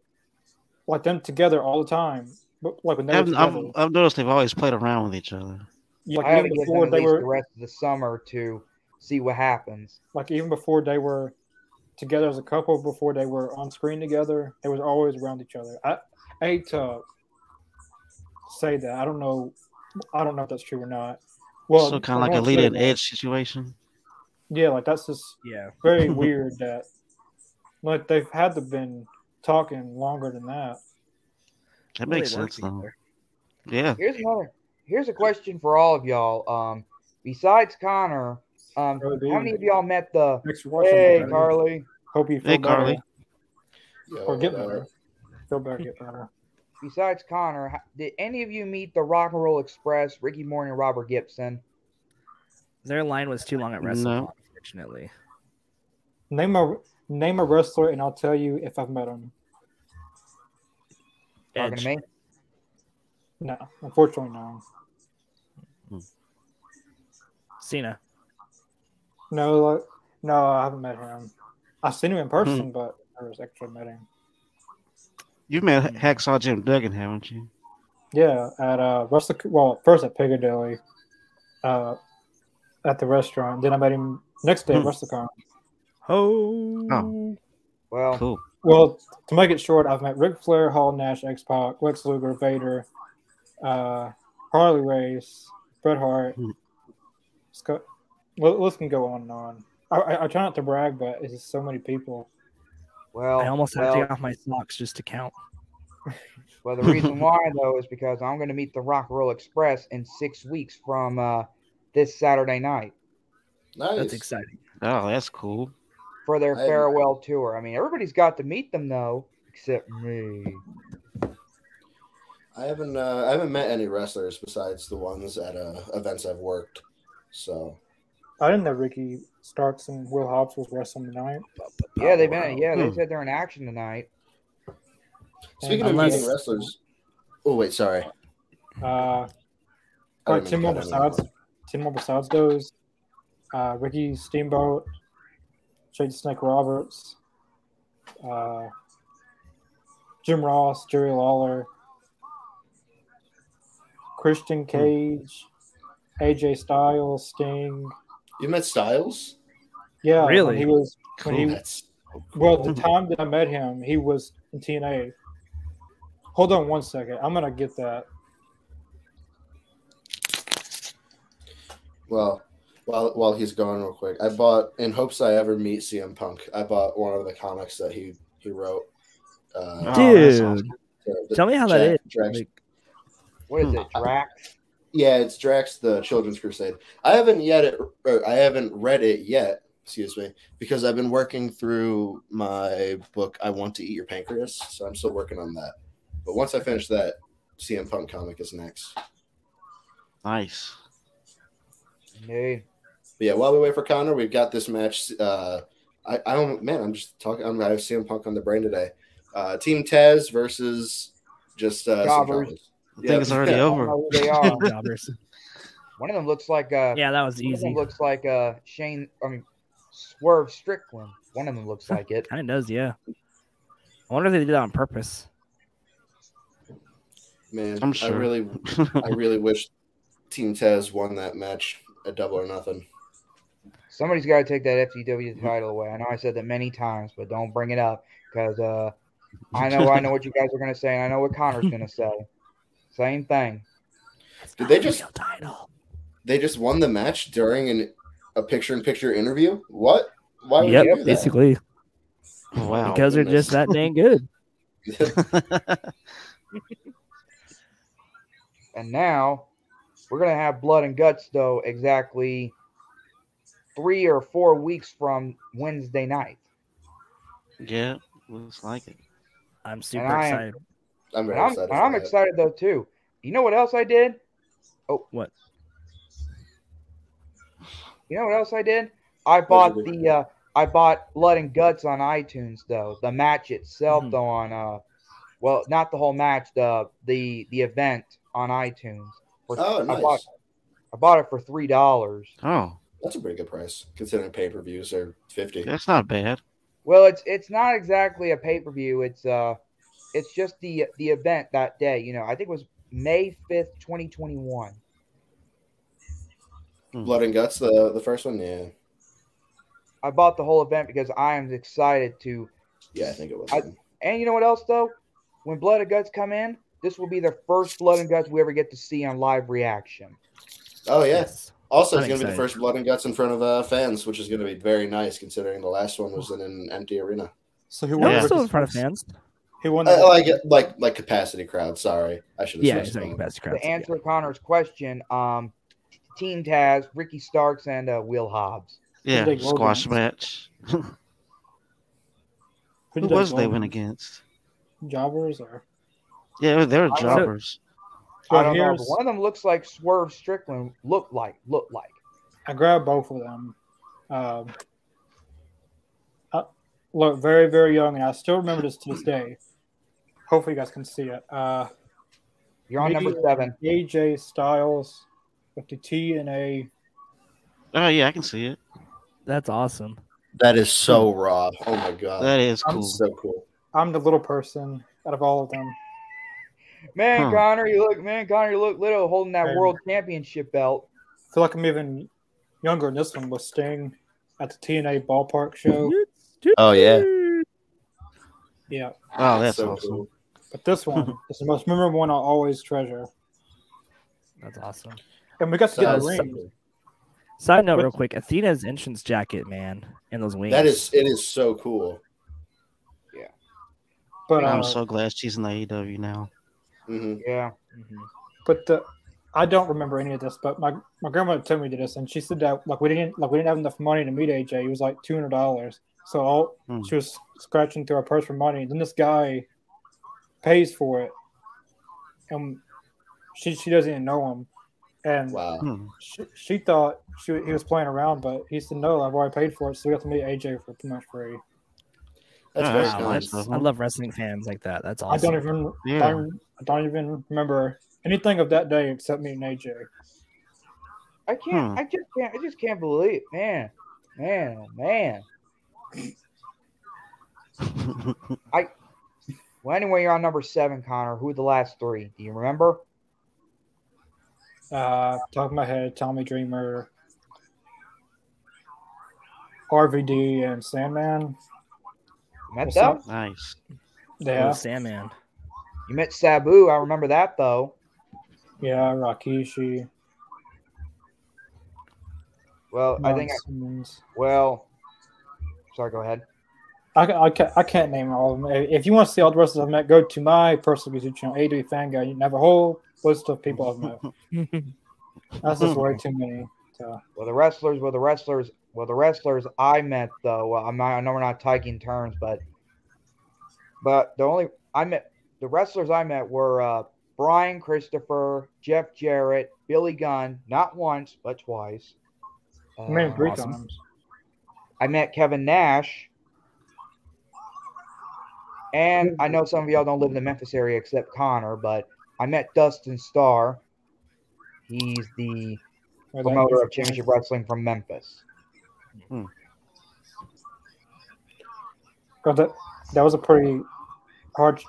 Speaker 2: like them together all the time. But like when they were
Speaker 4: I've, I've,
Speaker 2: together,
Speaker 4: I've noticed they've always played around with each other.
Speaker 1: I
Speaker 2: like
Speaker 1: have to
Speaker 2: even
Speaker 1: give
Speaker 2: before
Speaker 1: them at
Speaker 2: they
Speaker 1: least
Speaker 2: were
Speaker 1: the rest of the summer to see what happens.
Speaker 2: like even before they were together as a couple, before they were on screen together, they was always around each other. I, I hate to say that. I don't know. I don't know if that's true or not. Well,
Speaker 4: so
Speaker 2: I
Speaker 4: kind of like a
Speaker 2: won't
Speaker 4: lead
Speaker 2: say
Speaker 4: and
Speaker 2: that.
Speaker 4: edge situation.
Speaker 2: Yeah, like that's just
Speaker 3: Yeah.
Speaker 2: very weird that like they've had to been talking longer than that.
Speaker 4: That
Speaker 3: Well, they
Speaker 4: makes
Speaker 3: work
Speaker 4: sense though.
Speaker 3: together.
Speaker 4: Yeah.
Speaker 1: Here's another. Here's a question for all of y'all. Um, besides Connor, um,
Speaker 2: Oh, dude.
Speaker 1: how many of y'all met the?
Speaker 2: Thanks for watching.
Speaker 1: Hey,
Speaker 2: everybody.
Speaker 1: Carly.
Speaker 2: Hope you feel
Speaker 4: Hey,
Speaker 2: better.
Speaker 4: Carly.
Speaker 5: Yeah,
Speaker 2: Or get
Speaker 5: whatever.
Speaker 2: better. Feel better, get better.
Speaker 1: Besides Connor, h- did any of you meet the Rock and Roll Express, Ricky Morton, and Robert Gibson?
Speaker 3: Their line was too long at
Speaker 4: No.
Speaker 3: WrestleMania, unfortunately.
Speaker 2: Name a name a wrestler, and I'll tell you if I've met him.
Speaker 1: Talking
Speaker 3: Edge.
Speaker 1: to me.
Speaker 2: No, unfortunately, no.
Speaker 3: Cena.
Speaker 2: No, like, no, I haven't met him. I've seen him
Speaker 4: Hmm.
Speaker 2: in person, but I never actually met him.
Speaker 4: You met Hacksaw Jim Duggan, haven't you?
Speaker 2: Yeah, at uh, Wrestle. Well, first at Piccadilly, uh, at the restaurant. Then I met him next day at
Speaker 4: Hmm.
Speaker 2: WrestleCon.
Speaker 3: Oh.
Speaker 1: Well,
Speaker 4: Cool.
Speaker 2: Well, to make it short, I've met Ric Flair, Hall, Nash, X Pac, Lex Luger, Vader, uh, Harley Race, Bret Hart.
Speaker 4: Hmm.
Speaker 2: Scott. Well, let's can go on and on. I, I, I try not to brag, but it's just so many people.
Speaker 1: well,
Speaker 3: I almost had
Speaker 1: well,
Speaker 3: to take off my socks just to count.
Speaker 1: well. The reason why though is because I'm going to meet the Rock and Roll Express in six weeks from uh, this Saturday night
Speaker 5: Nice.
Speaker 3: That's exciting.
Speaker 4: Oh, that's cool.
Speaker 1: for their
Speaker 5: I-
Speaker 1: farewell tour. I mean, everybody's got to meet them though, except me.
Speaker 5: I haven't uh, I haven't met any wrestlers besides the ones at uh, events I've worked. So
Speaker 2: I didn't know Ricky Starks and Will Hobbs was wrestling tonight.
Speaker 1: Yeah, they've been. Yeah, they
Speaker 4: Hmm.
Speaker 1: said they're in action tonight.
Speaker 5: speaking
Speaker 3: Unless-
Speaker 5: of meeting wrestlers, oh wait, sorry. I
Speaker 2: Uh,
Speaker 5: don't
Speaker 2: like
Speaker 5: mean
Speaker 2: ten
Speaker 5: to
Speaker 2: more
Speaker 5: cut anyone
Speaker 2: besides,
Speaker 5: off.
Speaker 2: ten more besides those. Uh, Ricky Steamboat, Jade Snake Roberts, uh, Jim Ross, Jerry Lawler,
Speaker 4: Hmm.
Speaker 2: Christian Cage, AJ Styles, Sting.
Speaker 5: You met Styles?
Speaker 2: Yeah, when
Speaker 3: Really?
Speaker 2: He was when
Speaker 4: Cool.
Speaker 2: he
Speaker 5: That's
Speaker 2: well the time that I met him, he was in TNA. Hold on one second. I'm gonna get that.
Speaker 5: well. While while he's gone, real quick, I bought in hopes I ever meet CM Punk. I bought one of the comics that he he wrote.
Speaker 4: Oh,
Speaker 5: Uh,
Speaker 4: that's
Speaker 3: Dude.
Speaker 4: awesome.
Speaker 5: the- the
Speaker 3: Tell me how that is.
Speaker 5: Jack- Jack's
Speaker 3: Like,
Speaker 1: What is
Speaker 4: Hmm.
Speaker 1: it, Drax?
Speaker 5: Yeah, it's Drax the Children's Crusade. I haven't yet it, or I haven't read it yet, excuse me, because I've been working through my book I Want to Eat Your Pancreas, so I'm still working on that. But once I finish that, CM Punk comic is next. But
Speaker 4: Nice.
Speaker 1: Dude,
Speaker 5: yeah, while we wait for Connor, we've got this match uh I, I don't man, I'm just talking I'm I have CM Punk on the brain today. Uh Team Taz versus just uh some
Speaker 1: Jobbers.
Speaker 5: jobbers.
Speaker 4: I
Speaker 5: Yeah.
Speaker 4: think it's already
Speaker 5: Yeah.
Speaker 1: I don't
Speaker 4: over.
Speaker 1: know who they
Speaker 3: oh,
Speaker 1: are.
Speaker 3: jobbers.
Speaker 1: One of them looks like uh,
Speaker 3: yeah, that was
Speaker 1: One of them
Speaker 3: easy.
Speaker 1: looks like uh Shane. I mean, Swerve Strickland. One of them looks like it.
Speaker 3: Kind of does, yeah. I wonder if they did that on purpose.
Speaker 5: Man,
Speaker 4: I'm
Speaker 5: I
Speaker 4: sure.
Speaker 5: really I really wish Team Taz won that match at double or nothing.
Speaker 1: Somebody's got to take that FCW title away. I know I said that many times, but don't bring it up because uh, I know I know what you guys are gonna say, and I know what Connor's gonna say. Same thing.
Speaker 5: Did not they a just- real
Speaker 3: title?
Speaker 5: they just won the match during an a picture in picture interview. What? Why would
Speaker 3: Yep,
Speaker 5: you do that?
Speaker 3: basically
Speaker 4: wow.
Speaker 3: because they're
Speaker 5: goodness.
Speaker 3: just that dang good.
Speaker 1: And now we're gonna have blood and guts though. Exactly three or four weeks from Wednesday night.
Speaker 4: yeah, looks like it.
Speaker 3: I'm super
Speaker 1: And I am-
Speaker 3: excited.
Speaker 5: I'm
Speaker 1: And
Speaker 5: very
Speaker 1: I'm,
Speaker 5: excited.
Speaker 1: and I'm
Speaker 5: for that.
Speaker 1: excited though too. You know what else I did? Oh,
Speaker 3: What?
Speaker 1: You know what else I did? I bought
Speaker 5: did?
Speaker 1: the uh, I bought Blood and Guts on iTunes though. The match itself
Speaker 3: Mhm.
Speaker 1: though on uh, well not the whole match the the the event on iTunes. For,
Speaker 5: Oh, nice.
Speaker 1: I bought I bought it for three dollars.
Speaker 4: Oh,
Speaker 5: That's a pretty good price considering pay per views are fifty.
Speaker 4: that's not bad.
Speaker 1: Well, it's it's not exactly a pay per view. It's uh, it's just the the event that day. You know, I think it was May fifth, twenty twenty one.
Speaker 5: Blood and guts, the the first one. Yeah,
Speaker 1: I bought the whole event because I am excited to.
Speaker 5: yeah, I think it was.
Speaker 1: I- And you know what else though? When Blood and Guts come in, this will be the first Blood and Guts we ever get to see on live reaction.
Speaker 5: oh yeah.
Speaker 3: Yes.
Speaker 5: Also, it's
Speaker 3: I'm
Speaker 5: going to be the
Speaker 3: excited.
Speaker 5: first blood and guts in front of uh, fans, which is going to be very nice considering the last one was in an empty arena.
Speaker 2: So who
Speaker 3: No,
Speaker 2: won?
Speaker 4: Yeah.
Speaker 3: it's
Speaker 2: Ricky
Speaker 3: still in front of
Speaker 2: Starks?
Speaker 3: fans.
Speaker 2: Who won?
Speaker 5: I,
Speaker 4: Uh,
Speaker 2: that?
Speaker 5: like like like capacity crowd. Sorry, I should have.
Speaker 3: Yeah,
Speaker 5: said
Speaker 3: exactly. Best crowd.
Speaker 1: To answer Connor's question, um, Team Taz, Ricky Starks, and uh, Will Hobbs.
Speaker 4: Yeah,
Speaker 2: Big Gold
Speaker 4: squash
Speaker 2: Ones.
Speaker 4: match. Who
Speaker 2: Who did
Speaker 4: was
Speaker 2: they
Speaker 4: they
Speaker 2: win?
Speaker 4: win against?
Speaker 2: Jobbers or?
Speaker 4: Yeah, they were
Speaker 1: I don't-
Speaker 4: jobbers.
Speaker 1: I
Speaker 2: Well,
Speaker 1: don't know. But
Speaker 2: here's-
Speaker 1: one of them looks like Swerve Strickland. Looked like, looked like.
Speaker 2: I grabbed both of them. Um, I look very, very young, and I still remember this to this day. Hopefully, you guys can see it. Uh,
Speaker 1: You're on
Speaker 2: Maybe-
Speaker 1: number seven.
Speaker 2: AJ Styles with the T and A.
Speaker 4: Oh yeah, I can see it.
Speaker 3: That's awesome.
Speaker 5: That is so
Speaker 3: Hmm.
Speaker 5: raw. Oh my god,
Speaker 4: That is
Speaker 2: I'm
Speaker 4: cool.
Speaker 5: so cool.
Speaker 2: I'm the little person out of all of them.
Speaker 1: Man,
Speaker 2: Hmm.
Speaker 4: Huh.
Speaker 1: Connor, you look, man, Connor, you look little holding that
Speaker 2: Man.
Speaker 1: world championship belt.
Speaker 2: I feel like I'm even younger, and this one was Sting at the TNA ballpark show.
Speaker 5: Oh, yeah.
Speaker 2: Yeah,
Speaker 4: Oh, that's
Speaker 5: So
Speaker 4: awesome.
Speaker 5: cool.
Speaker 2: but this one is the most memorable one I'll always treasure.
Speaker 3: That's awesome.
Speaker 2: And we got to get
Speaker 5: That
Speaker 2: a
Speaker 5: is
Speaker 2: ring.
Speaker 5: something.
Speaker 3: Side note,
Speaker 2: What-
Speaker 3: real quick, Athena's entrance jacket, man, and those wings.
Speaker 5: That is it is so cool.
Speaker 2: But uh,
Speaker 4: I'm so glad she's in the AEW now.
Speaker 5: hmm
Speaker 1: Yeah.
Speaker 2: Mm-hmm.
Speaker 3: Mhm.
Speaker 2: but the, I don't remember any of this. But my, my grandmother told me this, and she said that like we didn't like we didn't have enough money to meet AJ. It was like two hundred dollars. So all,
Speaker 4: Hmm.
Speaker 2: she was scratching through her purse for money. And then this guy pays for it, and she she doesn't even know him. And
Speaker 5: Wow.
Speaker 4: Hmm.
Speaker 2: she, she thought she he was playing around, but he said no. I've already paid for it, so we got to meet AJ for pretty much free.
Speaker 5: That's
Speaker 4: Wow,
Speaker 5: very
Speaker 4: that's
Speaker 3: Wow,
Speaker 5: nice.
Speaker 3: that's, I love wrestling fans like that. That's
Speaker 2: I
Speaker 3: awesome.
Speaker 2: don't even I,
Speaker 4: Yeah.
Speaker 2: don't, I don't even remember anything of that day except meeting AJ.
Speaker 1: I can't.
Speaker 4: Hmm.
Speaker 1: I just can't. I just can't believe, man, man, oh, man. Well, anyway, you're on number seven, Connor. Who are the last three? Do you remember?
Speaker 2: Uh, top of my head, Tommy Dreamer, RVD, and Sandman.
Speaker 1: You met
Speaker 2: What's
Speaker 1: them?
Speaker 2: up?
Speaker 4: nice.
Speaker 3: Oh,
Speaker 2: Yeah,
Speaker 3: Sandman.
Speaker 1: You met Sabu. I remember that though.
Speaker 2: yeah, Rakishi.
Speaker 1: Well, I think. I,
Speaker 2: Nonsense.
Speaker 1: well, sorry. Go ahead.
Speaker 2: I, ca- I, ca- I can't name all of them. If if you want to see all the rest of them, I've met, go to my personal YouTube channel, AW Fan Guy. You can have a whole list of people I've met. That's just way too many. So,
Speaker 1: Well, the wrestlers. Well, the wrestlers. Well, the wrestlers I met though. Well, I'm not, I know we're not taking turns, but but the only I met the wrestlers I met were uh, Brian Christopher, Jeff Jarrett, Billy Gunn. Not once, but twice. Um,
Speaker 2: I mean, three
Speaker 1: awesome.
Speaker 2: times.
Speaker 1: I met Kevin Nash. And I know some of y'all don't live in the Memphis area except Connor, but I met Dustin Starr. He's the
Speaker 2: I think
Speaker 1: promoter of
Speaker 2: it's-
Speaker 1: championship wrestling from Memphis.
Speaker 2: God, that, that was a pretty hard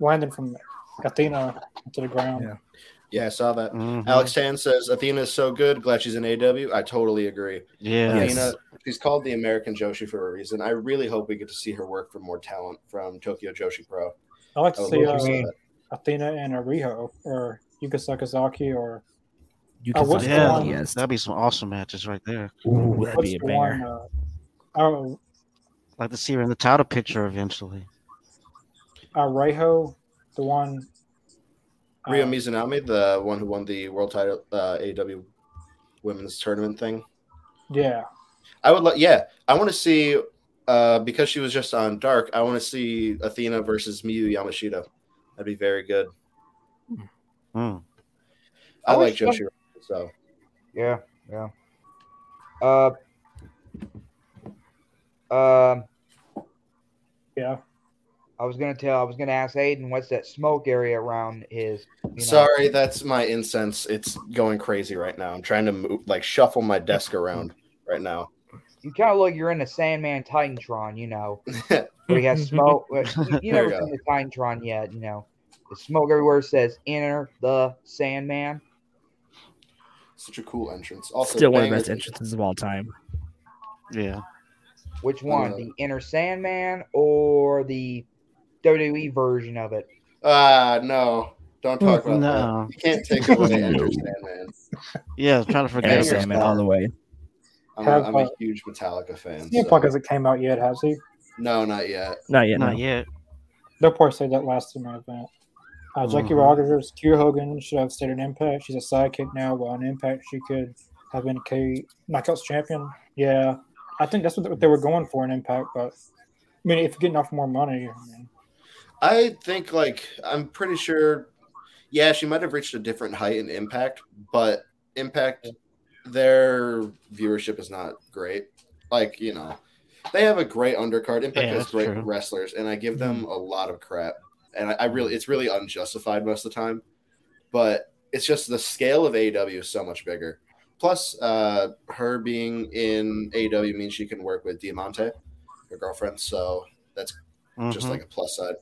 Speaker 2: landing from Athena to the ground.
Speaker 3: Yeah.
Speaker 5: Yeah, I saw that.
Speaker 3: Mm-hmm.
Speaker 4: Mhm.
Speaker 5: Alex Tan says Athena is so good. Glad she's in AW. I totally agree.
Speaker 4: Yeah.
Speaker 3: Yes.
Speaker 5: Athena, she's called the American Joshi for a reason. I really hope we get to see her work for more talent from Tokyo Joshi Pro.
Speaker 2: I like
Speaker 5: I
Speaker 2: to
Speaker 5: would
Speaker 2: see
Speaker 5: love to
Speaker 2: uh,
Speaker 5: see that.
Speaker 2: Athena and a Riho or Yuka Sakazaki or
Speaker 3: You
Speaker 2: Uh,
Speaker 3: can
Speaker 2: what's
Speaker 3: say
Speaker 4: the
Speaker 3: that,
Speaker 4: one-
Speaker 3: yes.
Speaker 4: That'd be some awesome matches right there.
Speaker 3: That'd
Speaker 2: what's
Speaker 3: be a
Speaker 2: the one?
Speaker 3: banger.
Speaker 2: Uh, oh,
Speaker 4: I'd like to see her in the title picture eventually.
Speaker 2: uh, Riho, the one. uh,
Speaker 5: Rio Mizunami, the one who won the world title uh, AW women's tournament thing.
Speaker 2: Yeah,
Speaker 5: I would like, yeah, I want to see uh, because she was just on Dark. I want to see Athena versus Miyu Yamashita. That'd be very good.
Speaker 4: Hmm.
Speaker 5: I,
Speaker 1: I
Speaker 5: like
Speaker 1: wish some-
Speaker 5: Joshi, so
Speaker 1: Yeah, yeah. Uh, um,
Speaker 2: yeah.
Speaker 1: I was gonna tell. I was gonna ask Aiden what's that smoke area around his. You know,
Speaker 5: sorry, that's my incense. It's going crazy right now. I'm trying to move, like shuffle my desk around right now.
Speaker 1: You kind of look. You're in a Sandman Titantron. You know. where he has smoke. well, you- you
Speaker 5: There
Speaker 1: never
Speaker 5: you go.
Speaker 1: seen the Titantron yet, you know. The smoke everywhere says "Enter the Sandman."
Speaker 5: Such a cool entrance. Also,
Speaker 3: Still one of the
Speaker 5: bangers-
Speaker 3: best entrances of all time.
Speaker 4: Yeah.
Speaker 1: Which one,
Speaker 5: Uh,
Speaker 1: the Inner Sandman or the WWE version of it?
Speaker 5: Ah, no, don't talk about that.
Speaker 4: No.
Speaker 5: You can't take away Enter Sandman.
Speaker 4: Yeah, I'm trying
Speaker 3: Yeah,
Speaker 4: to forget
Speaker 5: Bangers.
Speaker 4: that.
Speaker 3: Sandman all the way.
Speaker 5: I'm,
Speaker 2: Have,
Speaker 5: a, I'm a
Speaker 2: uh,
Speaker 5: huge Metallica fan.
Speaker 2: CM
Speaker 5: so-
Speaker 2: Punk hasn't came out yet, has he?
Speaker 5: No, not yet.
Speaker 3: Not yet.
Speaker 4: Not
Speaker 3: no.
Speaker 4: yet.
Speaker 2: They'll probably say that last main event. Uh, Jackie
Speaker 3: Mm-hmm.
Speaker 4: Mhm.
Speaker 2: Rogers, Q Hogan should have stayed in Impact. She's a sidekick now, while on Impact she could have been K Knockouts champion. Yeah, I think that's what they- what they were going for in Impact. But I mean, if you're getting off more money, I mean,
Speaker 5: I think like I'm pretty sure. Yeah, she might have reached a different height in Impact, but Impact, their viewership is not great. Like you know, they have a great undercard. Impact
Speaker 4: Yeah,
Speaker 5: has
Speaker 4: that's
Speaker 5: great
Speaker 4: true. Mm-hmm.
Speaker 5: wrestlers, and I give them a lot of crap. And I, I really, it's really unjustified most of the time. But it's just the scale of AEW is so much bigger. Plus, uh, her being in AEW means she can work with Diamante, her girlfriend. So that's just
Speaker 4: Mhm.
Speaker 5: like a plus side.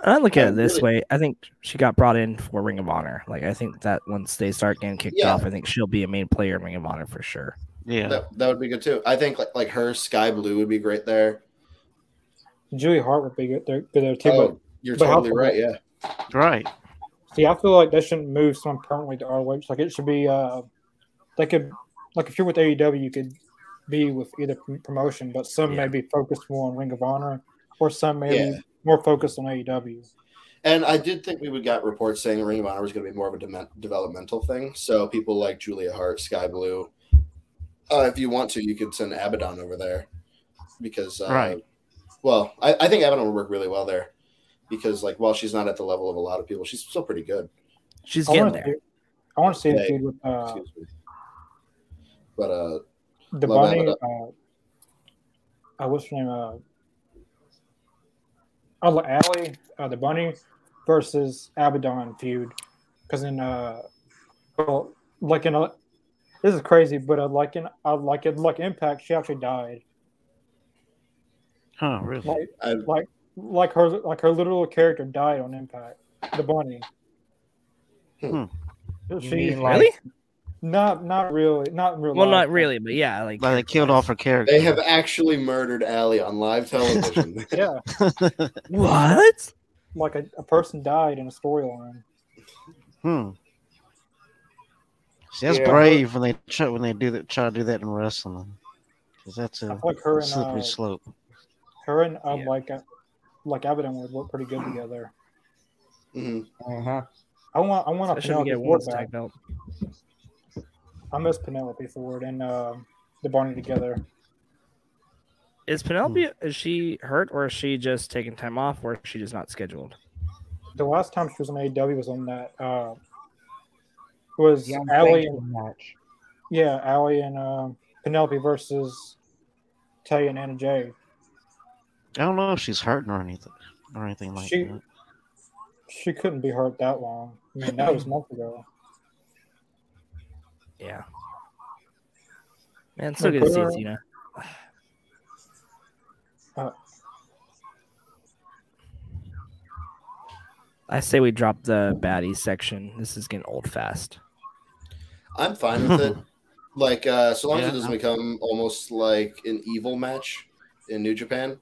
Speaker 3: And I look at it this way. I think she got brought in for Ring of Honor. Like I think that once they start getting kicked
Speaker 5: Yeah.
Speaker 3: off, I think she'll be a main player in Ring of Honor for sure.
Speaker 4: Yeah.
Speaker 5: That, that would be good too. I think like like her sky blue would be great there.
Speaker 2: Julie Hart would be good there, good there too.
Speaker 5: Oh, you're
Speaker 2: but how
Speaker 5: totally
Speaker 2: come-
Speaker 5: right. Yeah.
Speaker 4: Right.
Speaker 2: But see, I feel like they shouldn't move someone permanently to ROH. Like it should be, uh, they could, like if you're with AEW, you could be with either prom- promotion, but some
Speaker 3: Yeah.
Speaker 2: may be focused more on Ring of Honor, or some may
Speaker 5: Yeah.
Speaker 2: be more focused on E AEW.
Speaker 5: And I did think we would got reports saying Ring of Honor was going to be more of a deme- developmental thing. So people like Julia Hart, Sky Blue. Uh, if you want to, you could send Abaddon over there because, uh,
Speaker 4: Right.
Speaker 5: Well, I, I think Abaddon would work really well there because, like, while she's not at the level of a lot of people, she's still pretty good.
Speaker 3: She's
Speaker 2: I
Speaker 3: getting
Speaker 2: want to
Speaker 3: there.
Speaker 2: see, I want to see a
Speaker 5: Hey.
Speaker 2: dude with uh,
Speaker 5: Excuse me. But uh,
Speaker 2: the
Speaker 5: Love
Speaker 2: bunny.
Speaker 5: that.
Speaker 2: Uh, uh, what's her name? Uh, Ella Alley, uh, the bunny versus Abaddon feud. Because in uh, well, like in a, this is crazy, but uh, like in uh, like in like Impact, she actually died.
Speaker 4: Huh. Really.
Speaker 2: Like
Speaker 5: I,
Speaker 2: like like her like her literal character died on Impact. The bunny.
Speaker 5: Hmm.
Speaker 1: You
Speaker 2: She
Speaker 1: mean, like-
Speaker 3: Really?
Speaker 2: not not really not in real.
Speaker 3: Well,
Speaker 2: life.
Speaker 3: not really, but yeah, like
Speaker 4: Like they killed off her character.
Speaker 5: they have actually murdered Allie on live television.
Speaker 2: Yeah,
Speaker 3: what?
Speaker 2: like a, a person died in a storyline.
Speaker 4: hmm. See, that's
Speaker 1: Yeah.
Speaker 4: brave when they try when they do that try to do that in wrestling, because that's
Speaker 2: I
Speaker 4: a
Speaker 2: feel like her and
Speaker 4: slippery
Speaker 2: uh,
Speaker 4: slope.
Speaker 2: Her and um,
Speaker 3: Yeah.
Speaker 2: like uh, like Abaddon would work pretty good together.
Speaker 5: Mhm.
Speaker 1: Uh-huh.
Speaker 2: I want I want
Speaker 3: I
Speaker 2: a
Speaker 3: should
Speaker 2: Penelope
Speaker 3: we get
Speaker 2: Ford
Speaker 3: women's
Speaker 2: back.
Speaker 3: tag belt.
Speaker 2: I miss Penelope Ford and um the Barney together.
Speaker 3: Is Penelope
Speaker 2: Hmm.
Speaker 3: is she hurt or is she just taking time off or is she just not scheduled?
Speaker 2: The last time she was on AEW was on that uh, was
Speaker 1: Young
Speaker 2: Allie
Speaker 1: Saint
Speaker 2: and
Speaker 1: match.
Speaker 2: yeah Allie and um Penelope versus Tay and Anna Jay.
Speaker 4: I don't know if she's hurting or anything or anything like
Speaker 2: She-
Speaker 4: that.
Speaker 2: She couldn't be hurt that long. I mean that was months ago.
Speaker 3: Yeah. Man, so good to see
Speaker 2: Okay.
Speaker 3: Cena.
Speaker 2: Uh.
Speaker 3: I say we drop the baddie section. This is getting old fast.
Speaker 5: I'm fine with it. Like, uh, so long as
Speaker 4: Yeah.
Speaker 5: it doesn't become almost like an evil match in New Japan,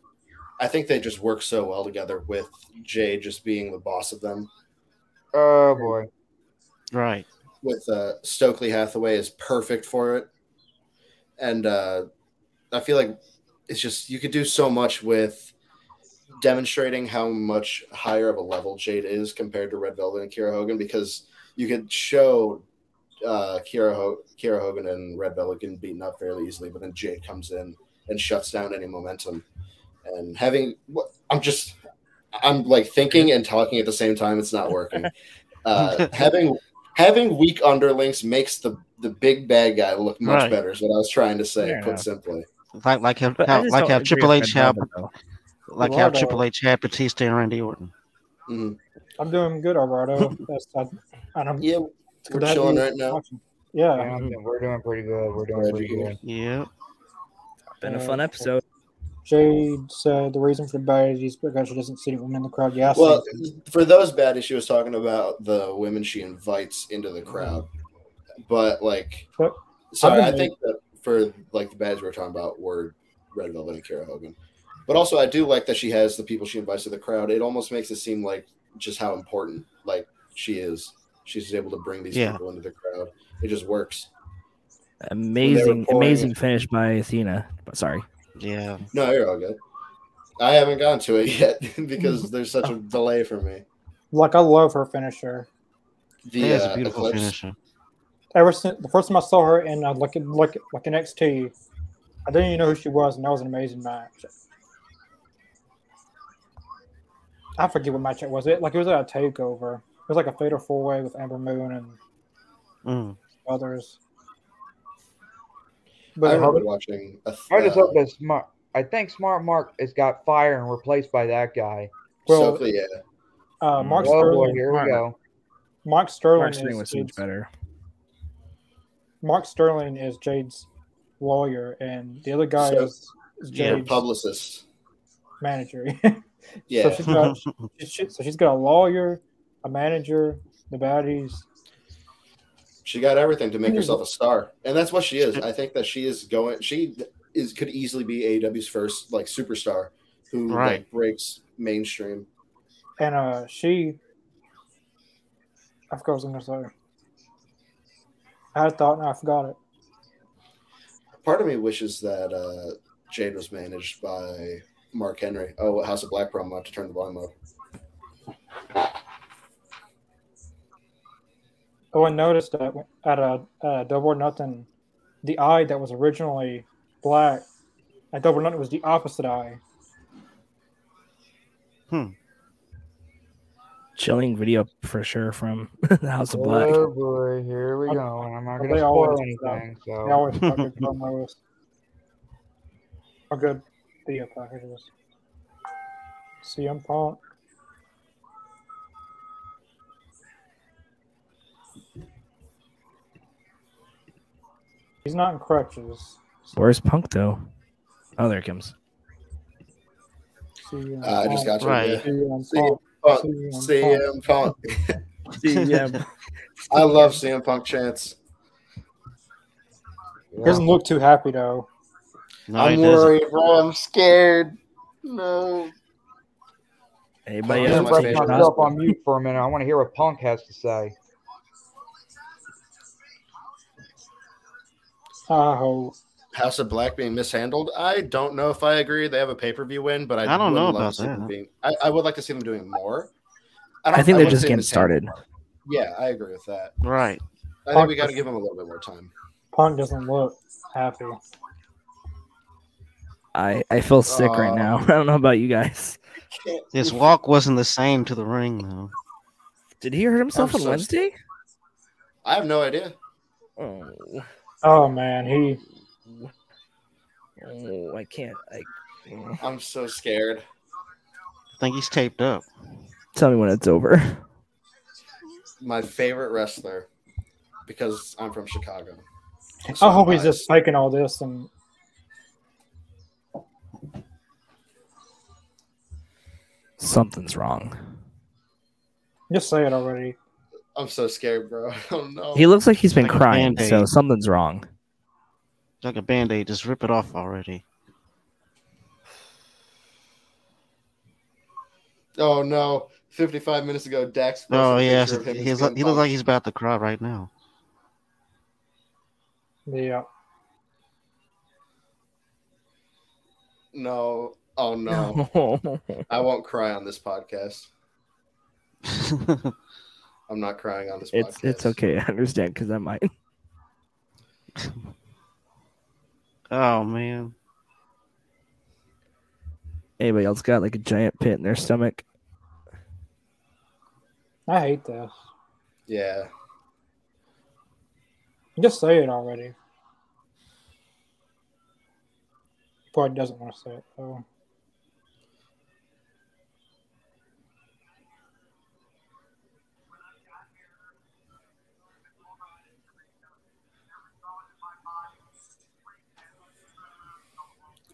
Speaker 5: I think they just work so well together with Jay just being the boss of them.
Speaker 1: Oh boy.
Speaker 4: Right.
Speaker 5: With uh, Stokely Hathaway is perfect for it, and uh, I feel like it's just you could do so much with demonstrating how much higher of a level Jade is compared to Red Velvet and Kira Hogan because you could show uh, Kira, Ho- Kira Hogan and Red Velvet getting beaten up fairly easily, but then Jade comes in and shuts down any momentum. And having, what- I'm just, I'm like thinking and talking at the same time. It's not working. Uh, having having weak underlings makes the the big bad guy look much
Speaker 4: Right.
Speaker 5: better. Is what I was trying to say,
Speaker 3: Fair
Speaker 5: put
Speaker 3: enough.
Speaker 5: simply.
Speaker 4: Like like how,
Speaker 3: But I
Speaker 4: how
Speaker 3: just
Speaker 4: like
Speaker 3: don't
Speaker 4: how
Speaker 3: agree
Speaker 4: Triple
Speaker 3: with
Speaker 4: H
Speaker 3: Red
Speaker 4: had
Speaker 3: Velvet, though.
Speaker 4: like how
Speaker 2: Love it.
Speaker 4: Triple H had Batista and Randy Orton.
Speaker 5: Mhm.
Speaker 2: I'm doing good, Alberto. That's I, and I'm
Speaker 5: Yeah, we're
Speaker 2: glad
Speaker 5: chilling
Speaker 2: you-
Speaker 5: right now.
Speaker 2: Yeah.
Speaker 1: Yeah, we're doing pretty good. We're doing
Speaker 5: Glad
Speaker 1: pretty
Speaker 5: you're here.
Speaker 1: good.
Speaker 4: Yeah.
Speaker 3: Been a
Speaker 2: Uh,
Speaker 3: fun episode.
Speaker 2: Jade said the reason for the baddies is because she doesn't see women in the crowd. Yeah, I see
Speaker 5: Well,
Speaker 2: that.
Speaker 5: for those baddies, she was talking about the women she invites into the crowd. But like,
Speaker 2: But-
Speaker 5: sorry,
Speaker 2: I'm
Speaker 5: I think that for like the baddies we are talking about were Red Velvet and Kara Hogan. But also, I do like that she has the people she invites to the crowd. It almost makes it seem like just how important like she is. She's able to bring these
Speaker 4: Yeah.
Speaker 5: people into the crowd. It just works.
Speaker 3: Amazing,
Speaker 5: pouring
Speaker 3: amazing
Speaker 5: it.
Speaker 3: finish by Athena. But sorry.
Speaker 4: Yeah.
Speaker 5: No, you're all good. I haven't gotten to it yet because there's such a delay for me.
Speaker 2: like I love her finisher.
Speaker 5: The
Speaker 4: yeah, it's
Speaker 5: uh,
Speaker 4: a beautiful
Speaker 5: Eclipse-
Speaker 4: finisher.
Speaker 2: Ever since the first time I saw her in uh, like like like an XT, I didn't even know who she was, and that was an amazing match. I forget what match it was. It like it was at a takeover. It was like a fatal four way with Amber Moon and
Speaker 4: Mm.
Speaker 2: others.
Speaker 5: I
Speaker 2: But her,
Speaker 5: remember watching. A th-
Speaker 1: I just
Speaker 5: uh,
Speaker 1: hope that smart. I think Smart Mark has got fire and replaced by that guy.
Speaker 2: well,
Speaker 5: Stokely, yeah.
Speaker 2: uh, Mark
Speaker 1: Oh boy,
Speaker 2: Sterling,
Speaker 1: here we go.
Speaker 2: Mark Sterling
Speaker 3: Mark Sterling
Speaker 2: is-
Speaker 3: was so much
Speaker 2: is-
Speaker 3: better.
Speaker 2: Mark Sterling is Jade's lawyer, and the other guy
Speaker 5: So-
Speaker 2: is, is
Speaker 4: Yeah,
Speaker 5: They're
Speaker 2: Jade's
Speaker 5: publicists.
Speaker 2: manager.
Speaker 5: Yeah.
Speaker 2: So she's got she, she, so she's got a lawyer, a manager, the baddies.
Speaker 5: She got everything to make herself a star, and that's what she is. I think that she is going. She is could easily be AEW's first like superstar who like,
Speaker 4: Right.
Speaker 5: breaks mainstream.
Speaker 2: And uh she I forgot what I was gonna say. I had a thought and I forgot it.
Speaker 5: Part of me wishes that uh, Jade was managed by Mark Henry. Oh, House of Black promo to turn the volume up.
Speaker 2: Oh, I noticed that at a, at a Double or Nothing, the eye that was originally black at Double or Nothing was the opposite eye.
Speaker 3: Chilling video for sure from the House of Black.
Speaker 1: Oh boy, here we go. And I'm not gonna
Speaker 2: They
Speaker 1: spoil
Speaker 2: always-
Speaker 1: anything.
Speaker 2: They
Speaker 1: So
Speaker 2: always fuck with promos. How good video packages. CM Punk. He's not in crutches.
Speaker 3: Where's Punk though? Oh, there it comes.
Speaker 2: CM
Speaker 5: Uh, I just
Speaker 2: Punk.
Speaker 5: got you.
Speaker 4: Right.
Speaker 5: Yeah.
Speaker 2: CM
Speaker 5: CM
Speaker 2: Punk.
Speaker 5: Punk.
Speaker 2: CM Punk.
Speaker 5: CM Punk.
Speaker 3: yeah,
Speaker 5: I love CM Punk chants.
Speaker 2: He doesn't look too happy though.
Speaker 4: No, he
Speaker 5: I'm
Speaker 4: doesn't.
Speaker 5: worried, bro. I'm scared. No.
Speaker 3: anybody
Speaker 5: Yeah,
Speaker 1: I'm
Speaker 5: my
Speaker 3: else?
Speaker 1: gonna
Speaker 3: take
Speaker 1: put
Speaker 5: favorite.
Speaker 1: myself on mute for a minute. I want to hear what Punk has to say.
Speaker 2: I hope.
Speaker 5: House of Black being mishandled. I don't know if I agree. They have a pay per view win, but I,
Speaker 4: I don't
Speaker 5: would
Speaker 4: know
Speaker 5: love to
Speaker 4: about
Speaker 5: see them
Speaker 4: that.
Speaker 5: Being, I, I would like to see them doing more.
Speaker 3: I think
Speaker 5: I
Speaker 3: they're
Speaker 5: wouldn't
Speaker 3: just
Speaker 5: say
Speaker 3: getting
Speaker 5: mishandled.
Speaker 3: started.
Speaker 5: Yeah, I agree with that.
Speaker 4: Right.
Speaker 5: I think we got to give them a little bit more time.
Speaker 2: Punk doesn't look happy.
Speaker 3: I I feel sick right
Speaker 5: Uh,
Speaker 3: now. I don't know about you guys.
Speaker 4: His walk wasn't the same to the ring though.
Speaker 3: Did he hurt himself
Speaker 5: I'm
Speaker 3: on
Speaker 5: so
Speaker 3: Wednesday?
Speaker 5: I have no idea.
Speaker 3: Oh,
Speaker 2: Oh man, he
Speaker 3: oh, I can't. I
Speaker 5: I'm so scared.
Speaker 4: I think he's taped up.
Speaker 3: tell me when it's over.
Speaker 5: My favorite wrestler, because I'm from Chicago.
Speaker 2: I hope he's just faking all this and
Speaker 3: Something's wrong.
Speaker 2: just say it already.
Speaker 5: I'm so scared, bro. Oh no.
Speaker 3: He looks like he's been
Speaker 4: Like a
Speaker 3: crying,
Speaker 4: Band-Aid.
Speaker 3: so something's wrong.
Speaker 4: It's like a band aid. Just rip it off already.
Speaker 5: Oh no. 55 minutes ago, Dax. posted
Speaker 4: Oh
Speaker 5: a
Speaker 4: yeah,
Speaker 5: picture
Speaker 4: so
Speaker 5: of him
Speaker 4: he's
Speaker 5: as
Speaker 4: like, he looks
Speaker 5: CM Punk.
Speaker 4: like he's about to cry right now.
Speaker 2: Yeah.
Speaker 5: No. Oh no. I won't cry on this podcast. I'm not crying on this
Speaker 3: it's
Speaker 5: podcast.
Speaker 3: it's okay. I understand because I might.
Speaker 4: oh man.
Speaker 3: Anybody else got like a giant pit in their stomach?
Speaker 2: I hate this.
Speaker 5: Yeah.
Speaker 2: Just say it already. Probably doesn't want to say it though.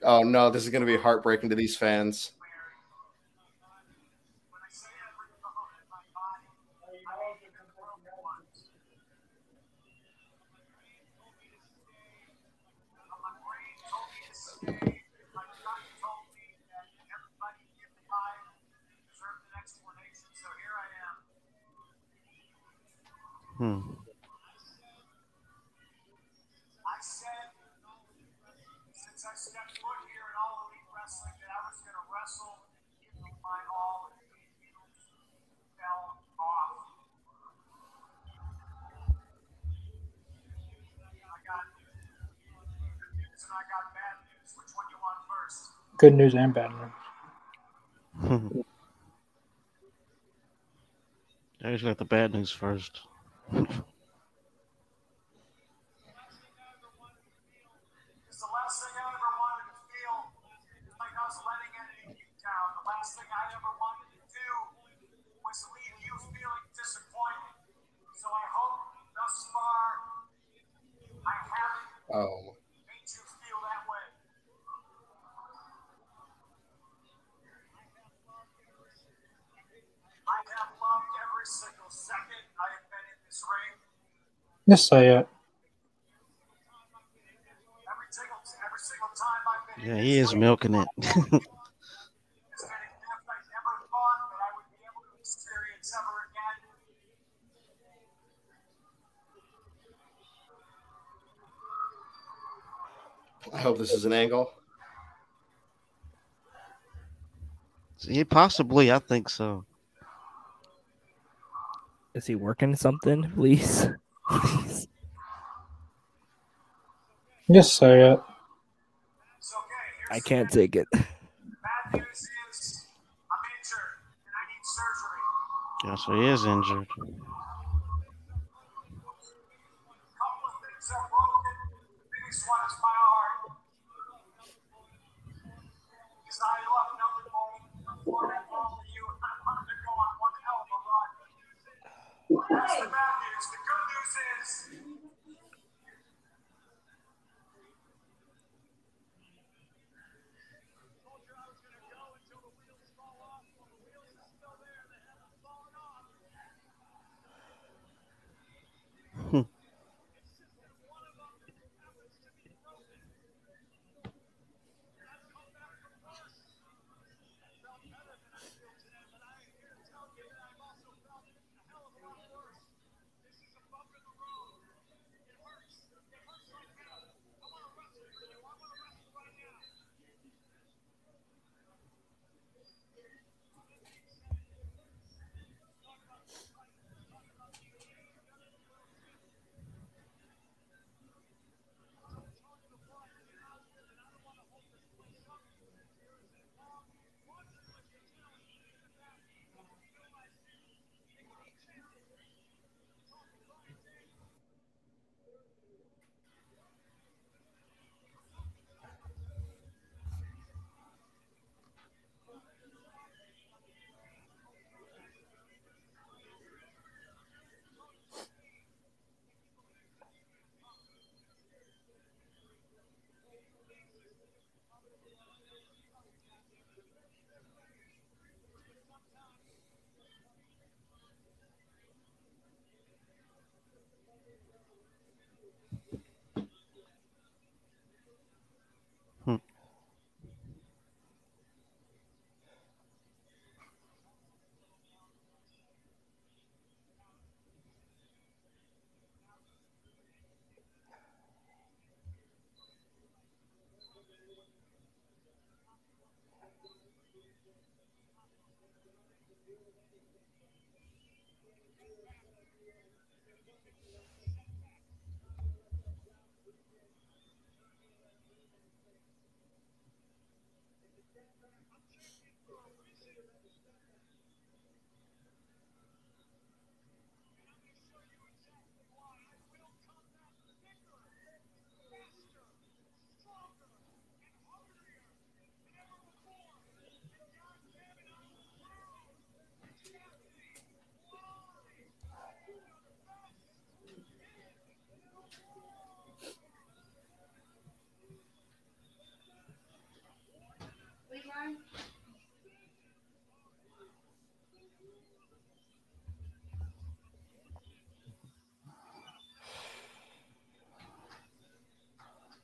Speaker 5: Oh no, this is gonna be heartbreaking to these fans.
Speaker 4: Hmm.
Speaker 6: I said since I stepped foot here in All Elite Wrestling that I was going to wrestle in my all and it fell off. I got good news and I got bad news. Which one you want first?
Speaker 2: Good news and bad news.
Speaker 4: Hmm. I just got the bad news first.
Speaker 6: Because the last thing I ever wanted to feel is like I was letting anything down. The last thing I ever wanted to do was leave you feeling disappointed. So I hope thus far I haven't
Speaker 5: Oh
Speaker 6: made you feel that way. every single second I have been in this ring.
Speaker 2: Just say it.
Speaker 6: Every single, every single time I've been
Speaker 4: Yeah,
Speaker 6: in
Speaker 4: he
Speaker 6: this
Speaker 4: is
Speaker 6: ring.
Speaker 4: milking it.
Speaker 6: It's been a gift I never thought that I would be able to experience ever again.
Speaker 5: I hope this is an angle.
Speaker 4: yeah, possibly. I think so.
Speaker 3: Is he working something? Please. Please.
Speaker 2: Just say it.
Speaker 6: It's okay. Here's
Speaker 3: I
Speaker 6: the
Speaker 3: can't
Speaker 6: thing.
Speaker 3: take it.
Speaker 6: Bad news is I'm injured and I need
Speaker 4: Yeah,
Speaker 6: surgery.
Speaker 4: so he is injured.
Speaker 6: A couple of things are broken. The biggest one is my heart. Because I love nothing more than all of you. and I wanted to go on one hell of a run. That's the bad news. The good news is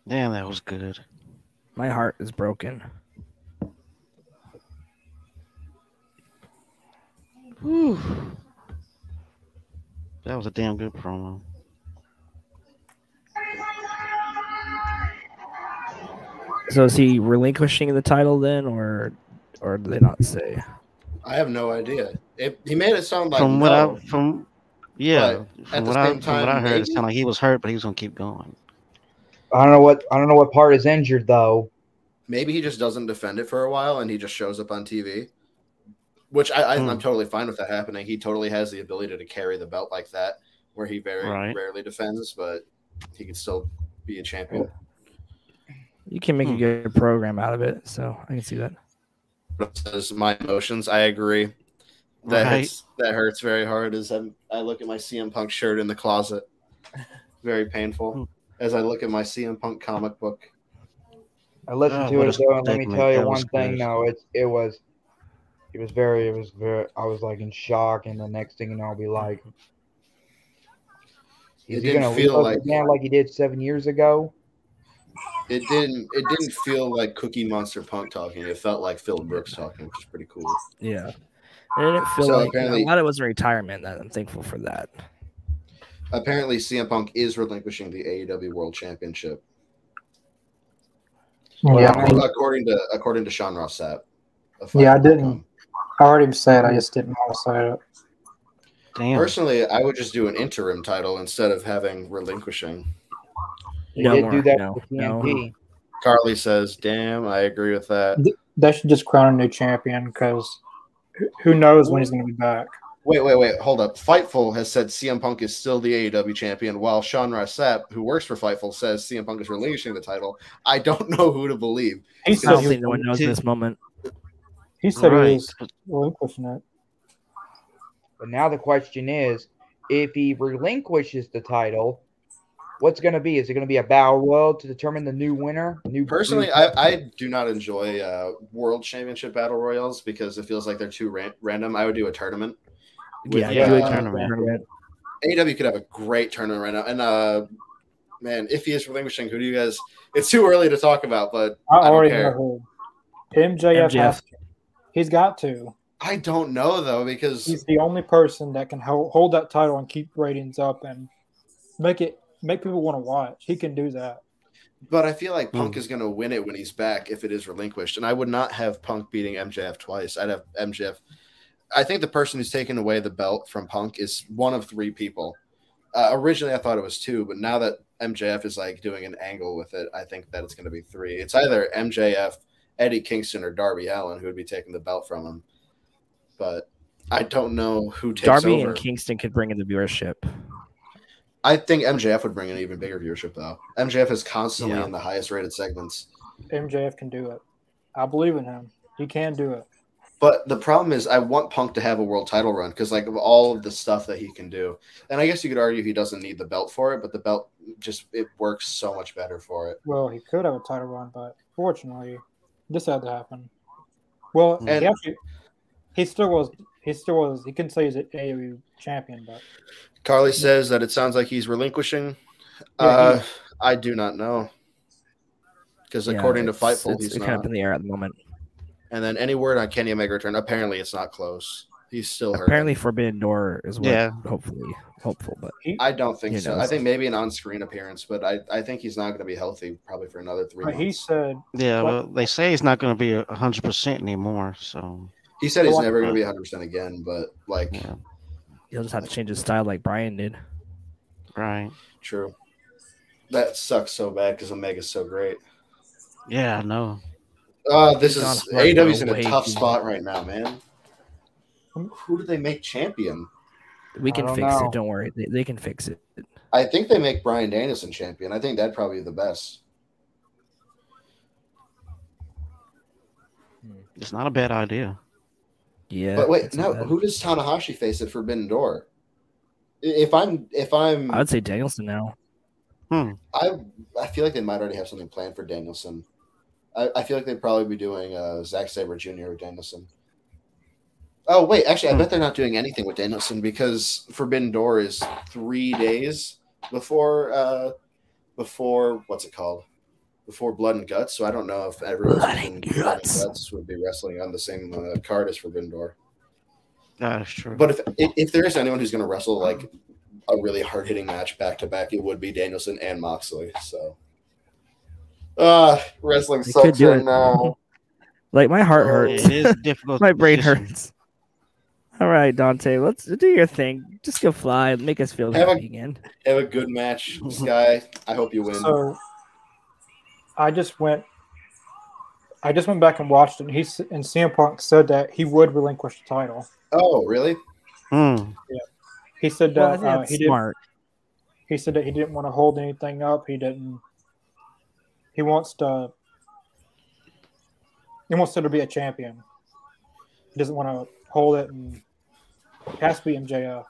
Speaker 4: Damn, that was good.
Speaker 3: My heart is broken.
Speaker 4: Whew. That was a damn good promo.
Speaker 3: So is he relinquishing the title then, or or do they not say?
Speaker 5: I have no idea. It, he made it sound like
Speaker 4: from what
Speaker 5: no.
Speaker 4: I from yeah, from
Speaker 5: the
Speaker 4: what, I,
Speaker 5: same
Speaker 4: from what I
Speaker 5: time,
Speaker 4: heard, it
Speaker 5: maybe?
Speaker 4: sounded like he was hurt, but he was gonna keep going.
Speaker 1: I don't know what I don't know what part is injured though.
Speaker 5: maybe he just doesn't defend it for a while and he just shows up on TV, which I, I, I'm
Speaker 4: Hmm.
Speaker 5: totally fine with that happening. He totally has the ability to carry the belt like that, where he very
Speaker 4: Right.
Speaker 5: rarely defends, but he can still be a champion.
Speaker 3: You can make a
Speaker 4: Hmm.
Speaker 3: good program out of it, so I can see that.
Speaker 5: But Says my emotions. I agree. That
Speaker 4: Right.
Speaker 5: hurts, that hurts very hard. As I'm, I look at my CM Punk shirt in the closet, very
Speaker 4: Hmm.
Speaker 5: painful. As I look at my CM Punk comic book,
Speaker 1: I listened
Speaker 4: Ah,
Speaker 1: to
Speaker 4: what
Speaker 1: it
Speaker 4: a
Speaker 1: though, and let me
Speaker 4: segment.
Speaker 1: tell you
Speaker 4: That
Speaker 1: one
Speaker 4: was
Speaker 1: thing
Speaker 4: good.
Speaker 1: though. It it was It was very, it was very. I was like in shock, and the next thing you know, I'll be like,
Speaker 5: It
Speaker 1: "Is he
Speaker 5: didn't
Speaker 1: gonna
Speaker 5: feel
Speaker 1: love
Speaker 5: like-
Speaker 1: again like he did seven years ago?"
Speaker 5: It didn't. It didn't feel like Cookie Monster Punk talking. It felt like Phil Brooks talking, which is pretty cool.
Speaker 3: Yeah. And it feel
Speaker 5: So
Speaker 3: like
Speaker 5: apparently-
Speaker 3: a lot of it was retirement. That I'm thankful for that.
Speaker 5: Apparently, CM Punk is relinquishing the AEW World Championship,
Speaker 2: Yeah,
Speaker 1: Yeah.
Speaker 5: according to according to Sean Rossap. of
Speaker 2: Yeah, I
Speaker 5: Fight.com.
Speaker 2: didn't- I already said I just didn't want to say it.
Speaker 4: Damn.
Speaker 5: Personally, I would just do an interim title instead of having relinquishing.
Speaker 1: He
Speaker 3: No
Speaker 1: did
Speaker 3: more,
Speaker 1: do that
Speaker 3: no,
Speaker 1: with
Speaker 3: no.
Speaker 1: TNT.
Speaker 5: Carly says, "Damn, I agree with that."
Speaker 2: They should just crown a new champion because who knows when he's going to be back.
Speaker 5: Wait, wait, wait. Hold up. Fightful has said CM Punk is still the AEW champion, while Sean Rossap, who works for Fightful, says CM Punk is relinquishing the title. I don't know who to believe.
Speaker 2: He
Speaker 3: I
Speaker 2: said
Speaker 3: don't
Speaker 2: he,
Speaker 3: think no one knows
Speaker 4: did-
Speaker 3: in this moment.
Speaker 2: he said
Speaker 4: Right.
Speaker 2: he was relinquishing it.
Speaker 1: But now the question is, if he relinquishes the title, what's going to be? Is it going to be a battle royal to determine the new winner? New
Speaker 5: Personally,
Speaker 1: new-
Speaker 5: I, I do not enjoy uh, World Championship Battle Royals because it feels like they're too ran- random. I would do a tournament.
Speaker 3: Yeah,
Speaker 4: yeah,
Speaker 3: do a
Speaker 5: uh,
Speaker 4: tournament.
Speaker 3: tournament.
Speaker 5: AEW could have a great tournament right now. And uh, man, if he is relinquishing, who do you guys? It's too early to talk about, but
Speaker 2: I,
Speaker 5: don't
Speaker 2: already
Speaker 5: care.
Speaker 2: know who. MJF,
Speaker 3: MJF.
Speaker 2: Has to. He's got to.
Speaker 5: I don't know though because
Speaker 2: He's the only person that can hold, hold that title and keep ratings up and make it make people want to watch. He can do that.
Speaker 5: But I feel like
Speaker 4: Hmm.
Speaker 5: Punk is going to win it when he's back if it is relinquished. And I would not have Punk beating MJF twice. I'd have MJF. I think the person who's taken away the belt from Punk is one of three people. Uh, originally, I thought it was two, but now that MJF is like doing an angle with it, I think that it's going to be three. It's either MJF, Eddie Kingston, or Darby Allen who would be taking the belt from him. But I don't know who takes
Speaker 3: Darby
Speaker 5: over.
Speaker 3: and Kingston could bring in the viewership.
Speaker 5: I think MJF would bring an even bigger viewership though. MJF is constantly
Speaker 4: Yeah.
Speaker 5: in the highest rated segments.
Speaker 2: MJF can do it. I believe in him. He can do it.
Speaker 5: But the problem is, I want Punk to have a world title run because, like, of all of the stuff that he can do, and I guess you could argue he doesn't need the belt for it, but the belt just it works so much better for it.
Speaker 2: Well, he could have a title run, but fortunately, this had to happen. Well,
Speaker 5: And-
Speaker 2: he actually, he still was. He still was. He can say he's an AEW champion, but
Speaker 5: Carly says that it sounds like he's relinquishing.
Speaker 2: Yeah,
Speaker 5: uh, I do not know because
Speaker 3: Yeah,
Speaker 5: according to
Speaker 3: it's-
Speaker 5: Fightful,
Speaker 3: it's
Speaker 5: he's
Speaker 3: kind of
Speaker 5: not.
Speaker 3: in the air at the moment.
Speaker 5: And then any word on Kenny Omega return? Apparently, it's not close. He's still hurt.
Speaker 3: Apparently, Forbidden Door is what
Speaker 4: Yeah.
Speaker 3: hopefully hopeful, but
Speaker 5: I don't think
Speaker 3: Who
Speaker 5: so.
Speaker 3: knows?
Speaker 5: I think maybe an on-screen appearance, but I, I think he's not going to be healthy probably for another three.
Speaker 2: but
Speaker 5: months.
Speaker 2: he said
Speaker 4: Yeah,
Speaker 2: What-
Speaker 4: well, they say it's not going to be a hundred percent anymore. So
Speaker 5: He said he's
Speaker 2: Well,
Speaker 5: never going to be 100 percent again, but like.
Speaker 4: yeah,
Speaker 3: he'll just have to change his style like Brian did.
Speaker 4: right.
Speaker 5: True. That sucks so bad because Omega's so great.
Speaker 4: Yeah, I know.
Speaker 5: Uh, this is
Speaker 3: He's on a
Speaker 5: AEW's in a
Speaker 3: way
Speaker 5: tough
Speaker 3: too-
Speaker 5: spot right now, man. Who do they make champion?
Speaker 3: We
Speaker 1: I
Speaker 3: can
Speaker 1: don't
Speaker 3: fix
Speaker 1: know.
Speaker 3: it. Don't worry, they, they can fix it.
Speaker 5: I think they make Brian Danielson champion. I think that'd probably be the best.
Speaker 4: It's not a bad idea.
Speaker 3: Yeah.
Speaker 5: but wait,
Speaker 3: that's
Speaker 5: no,
Speaker 3: bad.
Speaker 5: who does Tanahashi face at Forbidden Door? I- If I'm, if I'm,
Speaker 3: I would say Danielson now.
Speaker 5: I, I feel like they might already have something planned for Danielson. I, I feel like they'd probably be doing uh, Zack Saber Jr. with Danielson. Oh wait, actually,
Speaker 3: Hmm.
Speaker 5: I bet they're not doing anything with Danielson because Forbidden Door is three days before uh, before what's it called? Before Blood and Guts. So I don't know if everyone
Speaker 3: Blood and Guts.
Speaker 5: would be wrestling on the same uh, card as Forbidden Door.
Speaker 4: That is true.
Speaker 5: But if if- if there is anyone who's going to wrestle like a really hard hitting match back to back, it would be Danielson and Moxley. So, uh, wrestling
Speaker 3: They could
Speaker 5: sucks
Speaker 3: do
Speaker 5: right
Speaker 3: it.
Speaker 5: now.
Speaker 3: Like my heart
Speaker 5: Oh,
Speaker 4: it
Speaker 3: hurts.
Speaker 4: is a difficult.
Speaker 3: my brain
Speaker 4: decision.
Speaker 3: hurts. All right, Dante, let's do your thing. Just go fly, make us feel
Speaker 5: Have a-
Speaker 3: happy again.
Speaker 5: Have a good match, Sky. I hope you win.
Speaker 2: so. I just went. I just went back and watched it. And he s- and CM Punk said that he would relinquish the title.
Speaker 5: oh, really?
Speaker 4: Hmm.
Speaker 2: He said
Speaker 3: Well,
Speaker 2: that
Speaker 3: I think
Speaker 2: uh,
Speaker 3: that's
Speaker 2: he did
Speaker 3: smart.
Speaker 2: he said that he didn't want to hold anything up. He didn't. He wants to. He wants there to be a champion. He doesn't want to hold it, and it has to be MJF.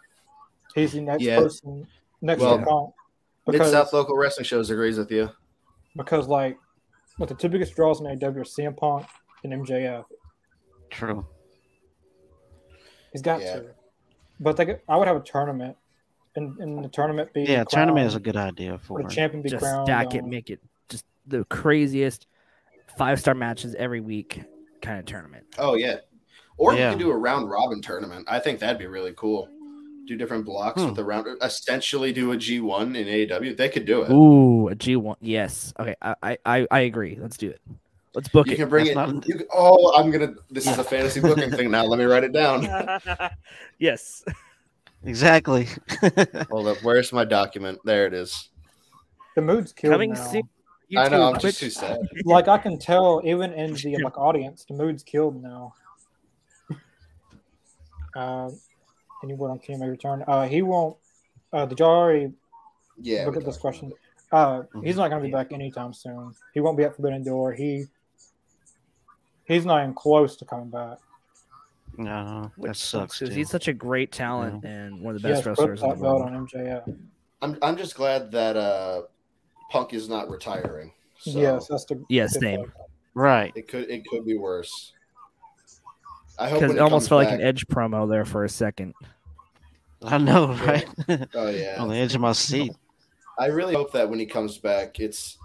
Speaker 2: He's the next
Speaker 5: Yeah.
Speaker 2: person, next
Speaker 5: Well,
Speaker 2: to count
Speaker 5: Mid
Speaker 2: because
Speaker 5: South Local Wrestling Shows agrees with you.
Speaker 2: because like, E with the two biggest draws in AW are CM Punk and MJF.
Speaker 4: True.
Speaker 2: He's got
Speaker 5: Yeah.
Speaker 2: to. But they, could- I would have a tournament, and, and the tournament be
Speaker 4: Yeah,
Speaker 2: crowned-
Speaker 4: tournament is a good idea for
Speaker 2: or the
Speaker 4: it.
Speaker 2: champion be
Speaker 3: just
Speaker 2: crowned.
Speaker 3: stack it,
Speaker 2: um,
Speaker 3: make it just the craziest five star matches every week kind of tournament.
Speaker 5: Oh yeah. Or
Speaker 4: Yeah.
Speaker 5: we could do a round robin tournament. I think that'd be really cool. Do different blocks
Speaker 4: Hmm.
Speaker 5: with the round. Essentially, do a G one in AEW. They could do it.
Speaker 3: Ooh, a G one. Yes. Okay, I, I- I I agree. Let's do it. Let's book
Speaker 5: you
Speaker 3: it.
Speaker 5: can bring it.
Speaker 4: That's not-
Speaker 5: you can- oh, I'm gonna. This is a fantasy booking thing now. Let me write it down.
Speaker 3: yes.
Speaker 4: Exactly.
Speaker 5: Hold up. Where's my document? There it is.
Speaker 2: The mood's killed
Speaker 3: Coming
Speaker 2: now.
Speaker 3: soon.
Speaker 5: I know.
Speaker 3: YouTube,
Speaker 5: I'm just too
Speaker 3: Twitch.
Speaker 5: sad.
Speaker 2: Like I can tell, even in the like audience, the mood's killed now. Uh, any word on Kenny may return? Uh, he won't. Uh, the Jari
Speaker 5: Yeah.
Speaker 2: look
Speaker 5: we
Speaker 2: at this
Speaker 5: talked
Speaker 2: question.
Speaker 5: about Mm-hmm.
Speaker 2: Uh, he's not going to be back anytime soon. He won't be at Forbidden Door. He he's not even close to coming back.
Speaker 4: No, that
Speaker 3: Which
Speaker 4: sucks.
Speaker 3: because
Speaker 4: Dude.
Speaker 3: he's such a great talent and one of
Speaker 2: He
Speaker 3: the best
Speaker 2: has put
Speaker 3: wrestlers in the
Speaker 2: that belt
Speaker 3: world.
Speaker 2: on MJF.
Speaker 5: it. I'm. I'm just glad that uh, Punk is not retiring. So
Speaker 2: Yes, that's the
Speaker 3: Yes,
Speaker 2: the-
Speaker 3: name.
Speaker 4: Right.
Speaker 5: It could. It could be worse. I hope.
Speaker 3: Because
Speaker 5: when
Speaker 3: it
Speaker 5: it
Speaker 3: almost
Speaker 5: comes
Speaker 3: felt like
Speaker 5: back-
Speaker 3: an Edge promo there for a second.
Speaker 4: I know,
Speaker 5: Yeah.
Speaker 4: right?
Speaker 5: Oh yeah.
Speaker 4: On the edge of my seat.
Speaker 5: I really hope that when he comes back, it's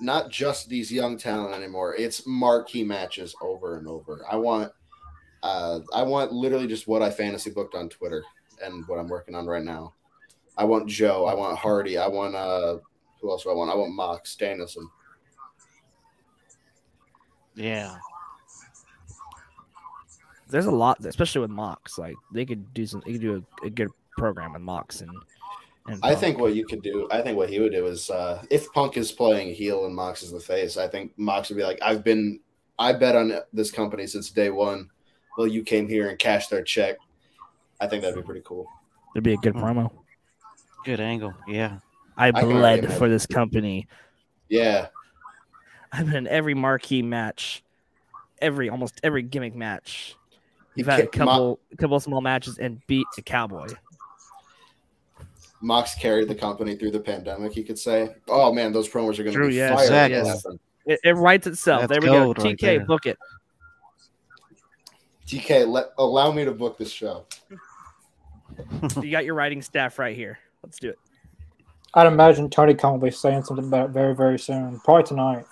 Speaker 5: not just these young talent anymore. It's marquee matches over and over. I want, uh, I want literally just what I fantasy booked on Twitter and what I'm working on right now. I want Joe. I want Hardy. I want uh, who else do I want? I want Mox Danielson.
Speaker 4: Yeah.
Speaker 3: There's a lot, especially with Mox. Like they could do some. They could do a, a good program with Mox and. and
Speaker 5: I
Speaker 3: Punk.
Speaker 5: think what you could do. I think what he would do is uh, if Punk is playing heel and Mox is the face. I think Mox would be like, I've been, I bet on this company since day one. Well, you came here and cashed their check. I think that'd be pretty cool.
Speaker 3: it'd be a good
Speaker 4: Hmm.
Speaker 3: promo.
Speaker 4: Good angle. Yeah.
Speaker 3: I
Speaker 5: can
Speaker 3: bled
Speaker 5: already
Speaker 3: for this company.
Speaker 5: Yeah,
Speaker 3: I've been in every marquee match, every almost every gimmick match. You've
Speaker 5: You
Speaker 3: had a
Speaker 5: can't- Mo-
Speaker 3: couple couple small matches and beat a cowboy.
Speaker 5: Mox carried the company through the pandemic. You could say, "Oh man, those promos are going
Speaker 3: True,
Speaker 5: to be
Speaker 3: yeah.
Speaker 5: fire."
Speaker 4: Exactly.
Speaker 5: What happened?
Speaker 3: It, it writes itself.
Speaker 4: That's
Speaker 3: there we go.
Speaker 4: gold right
Speaker 3: TK,
Speaker 4: there.
Speaker 3: book it.
Speaker 5: TK, let allow me to book this show.
Speaker 3: You got your writing staff right here. Let's do it.
Speaker 2: I'd imagine Tony Khan will be saying something about it very, very soon, probably tonight,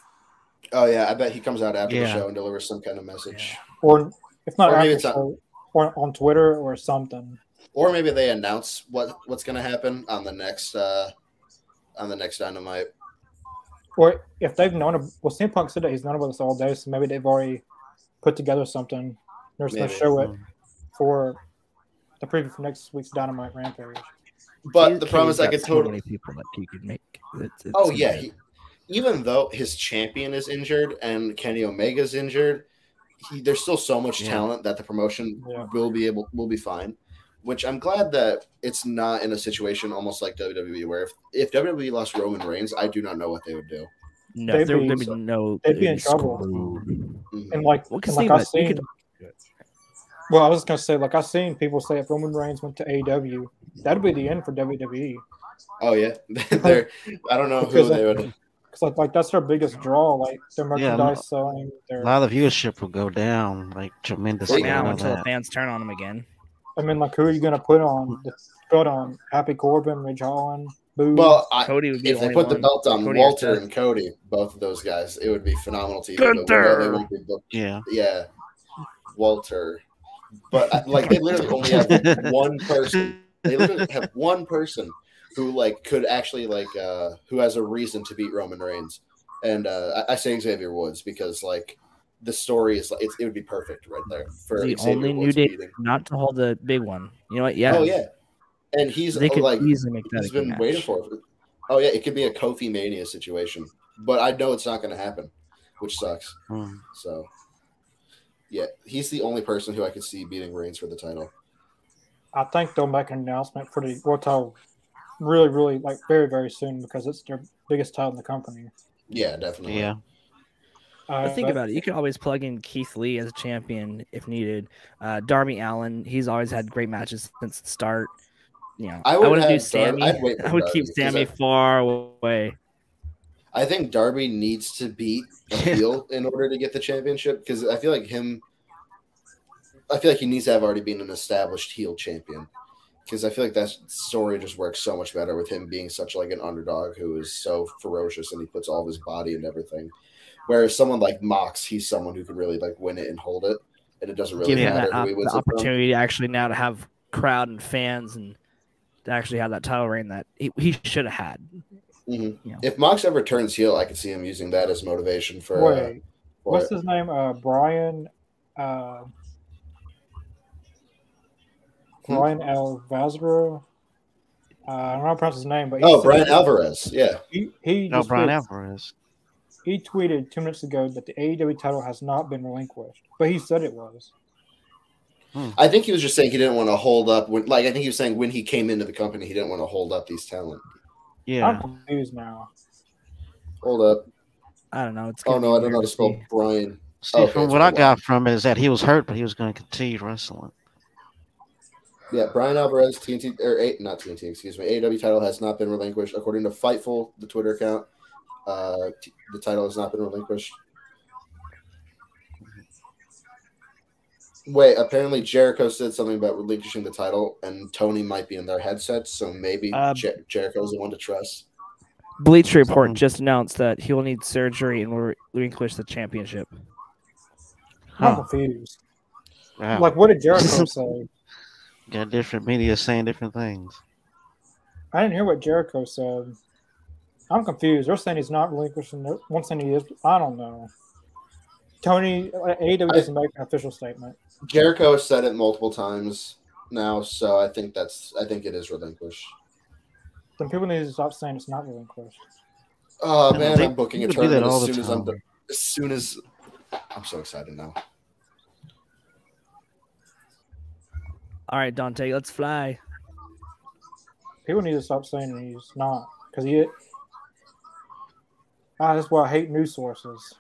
Speaker 5: Oh yeah, I bet he comes out after the
Speaker 4: Yeah.
Speaker 5: show and delivers some kind of message,
Speaker 2: or if not,
Speaker 5: Or maybe
Speaker 2: after,
Speaker 5: it's on-
Speaker 2: so- or on Twitter or something.
Speaker 5: or maybe they announce what what's going to happen on the next uh on the next Dynamite.
Speaker 2: Or if they've known, ab- well, CM Punk said that he's known about this all day, so maybe they've already put together something. They're just gonna
Speaker 5: Maybe.
Speaker 2: show it for the preview for next week's Dynamite Rampage.
Speaker 5: But the
Speaker 3: TK's
Speaker 5: problem is, I
Speaker 3: got
Speaker 5: could
Speaker 3: so
Speaker 5: totally.
Speaker 3: many people that he could make. It's- it's
Speaker 5: Oh
Speaker 3: gonna
Speaker 5: yeah,
Speaker 3: be-
Speaker 5: he, even though his champion is injured and Kenny Omega's injured, he, there's still so much
Speaker 4: Yeah.
Speaker 5: talent that the promotion
Speaker 2: Yeah.
Speaker 5: will be able will be fine. Which I'm glad that it's not in a situation almost like WWE where if, if WWE lost Roman Reigns, I do not know what they would do.
Speaker 3: no,
Speaker 2: they'd
Speaker 3: there
Speaker 2: be-
Speaker 3: would be no.
Speaker 2: they'd be in
Speaker 3: it's
Speaker 2: trouble.
Speaker 3: screwed.
Speaker 5: Mhm.
Speaker 2: And like,
Speaker 3: Well,
Speaker 2: and
Speaker 3: because
Speaker 2: like I
Speaker 3: like
Speaker 2: seen,
Speaker 3: could,
Speaker 2: well, I was gonna say, like I seen people say if Roman Reigns went to AEW, that'd be the end for E. WWE.
Speaker 5: Oh yeah, they're I don't know who
Speaker 2: Because, uh,
Speaker 5: they would.
Speaker 2: Cause like, like that's their biggest draw, like their
Speaker 4: Yeah, no.
Speaker 2: merchandise selling,
Speaker 4: A
Speaker 2: their
Speaker 4: lot of viewership will go down like tremendously.
Speaker 5: Right
Speaker 4: I
Speaker 3: now
Speaker 4: know
Speaker 3: until the
Speaker 4: that.
Speaker 3: fans turn on him again.
Speaker 2: I mean, like, who are you gonna put on? The belt on Happy Corbin, Ridge Holland, Boo.
Speaker 5: Well, I,
Speaker 3: Cody would be
Speaker 5: if
Speaker 3: the only
Speaker 5: they put the
Speaker 3: one.
Speaker 5: belt on
Speaker 3: Cody or
Speaker 5: Walter
Speaker 3: Seth.
Speaker 5: and Cody, both of those guys, it would be phenomenal TV. but we know they
Speaker 3: Gunther.
Speaker 5: won't be booked
Speaker 4: Yeah.
Speaker 5: yeah, Walter. But uh, like they literally only have one person. They literally have one person who like could actually like uh who has a reason to beat Roman Reigns, and uh I, I say Xavier Woods because like the story is like it's, it would be perfect right there for
Speaker 3: The
Speaker 5: Xavier
Speaker 3: only New
Speaker 5: Woods
Speaker 3: Day-
Speaker 5: beating.
Speaker 3: Not to hold the big one. You know what? Yeah.
Speaker 5: Oh yeah, and he's oh, uh,
Speaker 3: They could
Speaker 5: like
Speaker 3: easily make that.
Speaker 5: he's
Speaker 3: a good
Speaker 5: been
Speaker 3: match.
Speaker 5: waiting for it. Oh yeah, it could be a Kofi Mania situation, but I know it's not going to happen, which sucks.
Speaker 4: Mm.
Speaker 5: So, yeah, he's the only person who I could see beating Reigns for the title.
Speaker 2: I think they'll make an announcement for the world title really, really like very, very soon because it's their biggest title in the company.
Speaker 5: Yeah, definitely.
Speaker 4: Yeah.
Speaker 2: Uh,
Speaker 3: But think
Speaker 2: but
Speaker 3: about it. You could always plug in Keith Lee as a champion if needed. Uh, Darby Allen, he's always had great matches since the start. You know,
Speaker 5: I
Speaker 3: I,
Speaker 5: would
Speaker 3: wouldn't do
Speaker 5: have Dar-
Speaker 3: Sammy.
Speaker 5: I'd wait for
Speaker 3: I would keep
Speaker 5: Darby, 'cause
Speaker 3: Sammy
Speaker 5: I-
Speaker 3: far away.
Speaker 5: I think Darby needs to beat a heel in order to get the championship because I feel like him I feel like he needs to have already been an established heel champion because I feel like that story just works so much better with him being such like an underdog who is so ferocious and he puts all of his body and everything. Whereas someone like Mox, he's someone who can really like win it and hold it, and it doesn't really
Speaker 3: Give him
Speaker 5: matter
Speaker 3: that op-
Speaker 5: who he wins
Speaker 3: the
Speaker 5: it from.
Speaker 3: opportunity to actually now to have crowd and fans and to actually have that title reign that he, he should have had.
Speaker 5: Mhm.
Speaker 3: Yeah.
Speaker 5: If Mox ever turns heel, I could see him using that as motivation for. uh,
Speaker 2: Wait,
Speaker 5: for
Speaker 2: what's
Speaker 5: it.
Speaker 2: his name? Uh, Brian. Uh,
Speaker 5: Hmm?
Speaker 2: Brian Alvazro. Uh, I don't know how to pronounce his name, but he
Speaker 5: Oh,
Speaker 2: said-
Speaker 5: Brian Alvarez. Yeah.
Speaker 2: He, he,
Speaker 4: No,
Speaker 2: just
Speaker 4: Oh, Brian
Speaker 2: tweeted-
Speaker 4: Alvarez.
Speaker 2: he tweeted two minutes ago that the AEW title has not been relinquished, but he said it was.
Speaker 5: I think he was just saying he didn't want to hold up when, like, I think he was saying when he came into the company, he didn't want to hold up these talent.
Speaker 4: Yeah.
Speaker 2: I'm confused now.
Speaker 5: Hold up.
Speaker 3: I don't know. It's
Speaker 5: Oh
Speaker 3: gonna
Speaker 5: no,
Speaker 3: be
Speaker 5: I don't know how
Speaker 3: weird
Speaker 5: to spell
Speaker 3: see.
Speaker 5: Brian.
Speaker 4: See,
Speaker 5: Okay,
Speaker 4: from
Speaker 5: it's
Speaker 4: what
Speaker 5: been a
Speaker 4: I
Speaker 5: while.
Speaker 4: got from it is that he was hurt, but he was going to continue wrestling.
Speaker 5: Yeah, Brian Alvarez TNT or eight, not TNT, excuse me. AEW title has not been relinquished, according to Fightful, the Twitter account. Uh, t- the title has not been relinquished. Wait, apparently Jericho said something about relinquishing the title, and Tony might be in their headsets, so maybe
Speaker 3: Uh,
Speaker 5: Jer- Jericho's the one to trust.
Speaker 3: Bleach Report
Speaker 4: Mhm.
Speaker 3: just announced that he will need surgery in order to relinquish the championship.
Speaker 2: I'm
Speaker 4: Huh.
Speaker 2: confused.
Speaker 4: Wow.
Speaker 2: Like, what did Jericho say?
Speaker 4: got different media saying different things.
Speaker 2: I didn't hear what Jericho said. I'm confused. They're saying he's not relinquishing. the- One saying he is. I don't know. Tony, uh, AEW doesn't make an official statement.
Speaker 5: Jericho has said it multiple times now, so I think that's I think it is relinquished.
Speaker 2: Then people need to stop saying it's not relinquished.
Speaker 5: Oh
Speaker 4: I
Speaker 5: man,
Speaker 4: think
Speaker 5: I'm booking a
Speaker 4: people do that
Speaker 5: tournament
Speaker 4: all
Speaker 5: as
Speaker 4: the
Speaker 5: soon as I'm
Speaker 4: time.
Speaker 5: done. As soon as I'm so excited now.
Speaker 3: All right, Dante, let's fly.
Speaker 2: People need to stop saying he's not because he. Ah, that's why I hate news sources.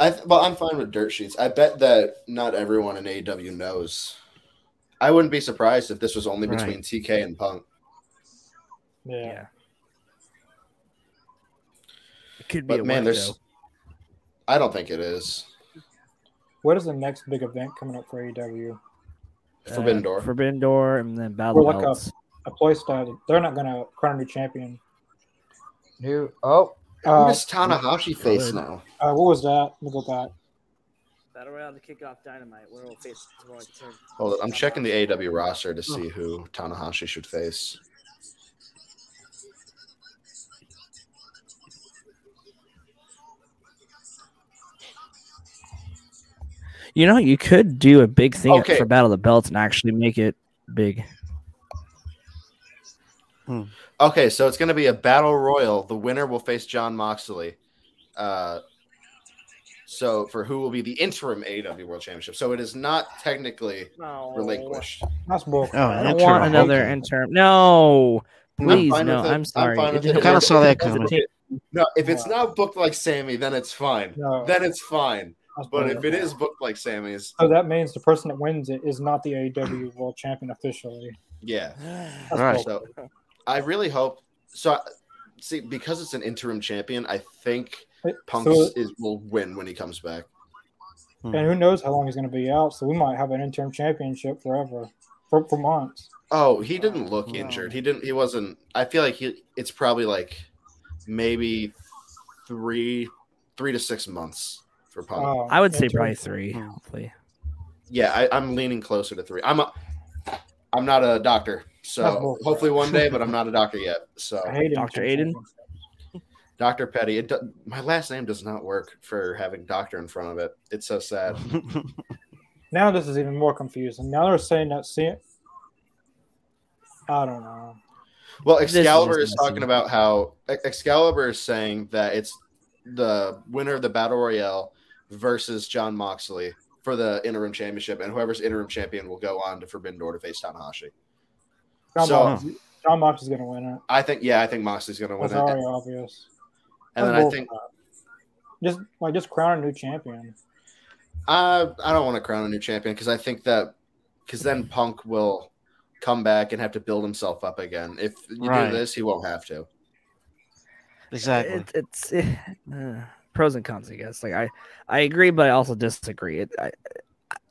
Speaker 5: I th- well, I'm fine with dirt sheets. I bet that not everyone in AEW knows. I wouldn't be surprised if this was only
Speaker 4: Right.
Speaker 5: between TK and Punk.
Speaker 2: Yeah.
Speaker 3: Yeah. It could be
Speaker 5: But
Speaker 3: a
Speaker 5: man,
Speaker 3: work,
Speaker 5: there's.
Speaker 3: though.
Speaker 5: I don't think it is
Speaker 2: What is the next big event coming up for E AEW?
Speaker 5: Forbidden
Speaker 3: Uh,
Speaker 5: Door.
Speaker 3: Forbidden Door, and then Battle
Speaker 2: Well, look
Speaker 3: Belts.
Speaker 2: A place that they're not going to crown a new champion.
Speaker 1: Who? Oh,
Speaker 5: Who
Speaker 2: Uh,
Speaker 5: does Tanahashi face now?
Speaker 2: uh, what was that? Let me go back.
Speaker 3: Battle Royale to kick off Dynamite. Where will face tomorrow?
Speaker 5: Hold on, I'm checking the AEW roster to see who Tanahashi should face.
Speaker 3: You know, you could do a big thing
Speaker 5: Okay.
Speaker 3: for Battle of the Belts and actually make it big.
Speaker 5: Okay, so it's going to be a battle royal. The winner will face John Moxley. Uh, so for who will be the interim AEW World Championship? So it is not technically
Speaker 3: No,
Speaker 5: relinquished.
Speaker 2: That's bull.
Speaker 4: Oh,
Speaker 3: I
Speaker 4: an
Speaker 3: don't
Speaker 4: interim
Speaker 3: want another
Speaker 4: Hulk.
Speaker 3: interim. No, please,
Speaker 5: fine
Speaker 3: no.
Speaker 5: with it.
Speaker 3: I'm sorry.
Speaker 5: fine
Speaker 3: It
Speaker 5: with
Speaker 3: didn't
Speaker 5: it.
Speaker 4: I kinda
Speaker 3: work.
Speaker 4: saw that
Speaker 3: It doesn't
Speaker 4: coming.
Speaker 3: take-
Speaker 5: No, if it's not booked like Sammy, then it's fine.
Speaker 2: No,
Speaker 5: Then it's fine.
Speaker 2: that's
Speaker 5: But
Speaker 2: bull.
Speaker 5: if it is booked like Sammy's,
Speaker 2: So that means the person that wins it is not the AEW World Champion officially.
Speaker 5: yeah.
Speaker 2: That's
Speaker 4: Right.
Speaker 2: bull.
Speaker 5: So I really hope. So I- see, because it's an interim champion, I think
Speaker 2: It-
Speaker 5: Punk
Speaker 2: so-
Speaker 5: is, will win when he comes back.
Speaker 2: and who knows how long he's going to be out? So we might have an interim championship forever, for, for months.
Speaker 5: Oh, he didn't look
Speaker 4: Wow.
Speaker 5: injured. He didn't. He wasn't. I feel like he. It's probably like maybe three, three to six months for Punk.
Speaker 2: Uh,
Speaker 3: I would say
Speaker 2: interim-
Speaker 3: probably three,
Speaker 4: Hmm.
Speaker 3: hopefully.
Speaker 5: yeah, I, I'm leaning closer to three. I'm a, I'm not a doctor,
Speaker 2: That's
Speaker 5: so
Speaker 2: bull crap.
Speaker 5: hopefully one day, but I'm not a doctor yet. So
Speaker 2: I hate
Speaker 3: Dr.
Speaker 2: interim
Speaker 3: Aiden?
Speaker 2: championships.
Speaker 5: Doctor Petty. It do- my last name does not work for having doctor in front of it. It's so sad.
Speaker 2: Now this is even more confusing. Now they're saying that. See, I don't know.
Speaker 5: Well,
Speaker 3: This is just
Speaker 5: Excalibur is,
Speaker 3: messy.
Speaker 5: talking about how Ex- Excalibur is saying that it's the winner of the battle royale versus John Moxley for the interim championship, and whoever's interim champion will go on to Forbidden Door to face Tanahashi.
Speaker 2: John,
Speaker 5: So-
Speaker 2: Mox, John Mox is going to win it.
Speaker 5: I think, yeah, I think Moxley's going to win
Speaker 2: That's
Speaker 5: it,
Speaker 2: already obvious.
Speaker 5: and then
Speaker 2: That's
Speaker 5: I
Speaker 2: bull
Speaker 5: think
Speaker 2: crap. just like just crown a new champion.
Speaker 5: I I don't want to crown a new champion because I think that because then Punk will come back and have to build himself up again. If you
Speaker 4: Right.
Speaker 5: do this, he won't have to.
Speaker 4: exactly.
Speaker 3: It, it's eh, uh, pros and cons, I guess. Like I, I agree, but I also disagree. It, I,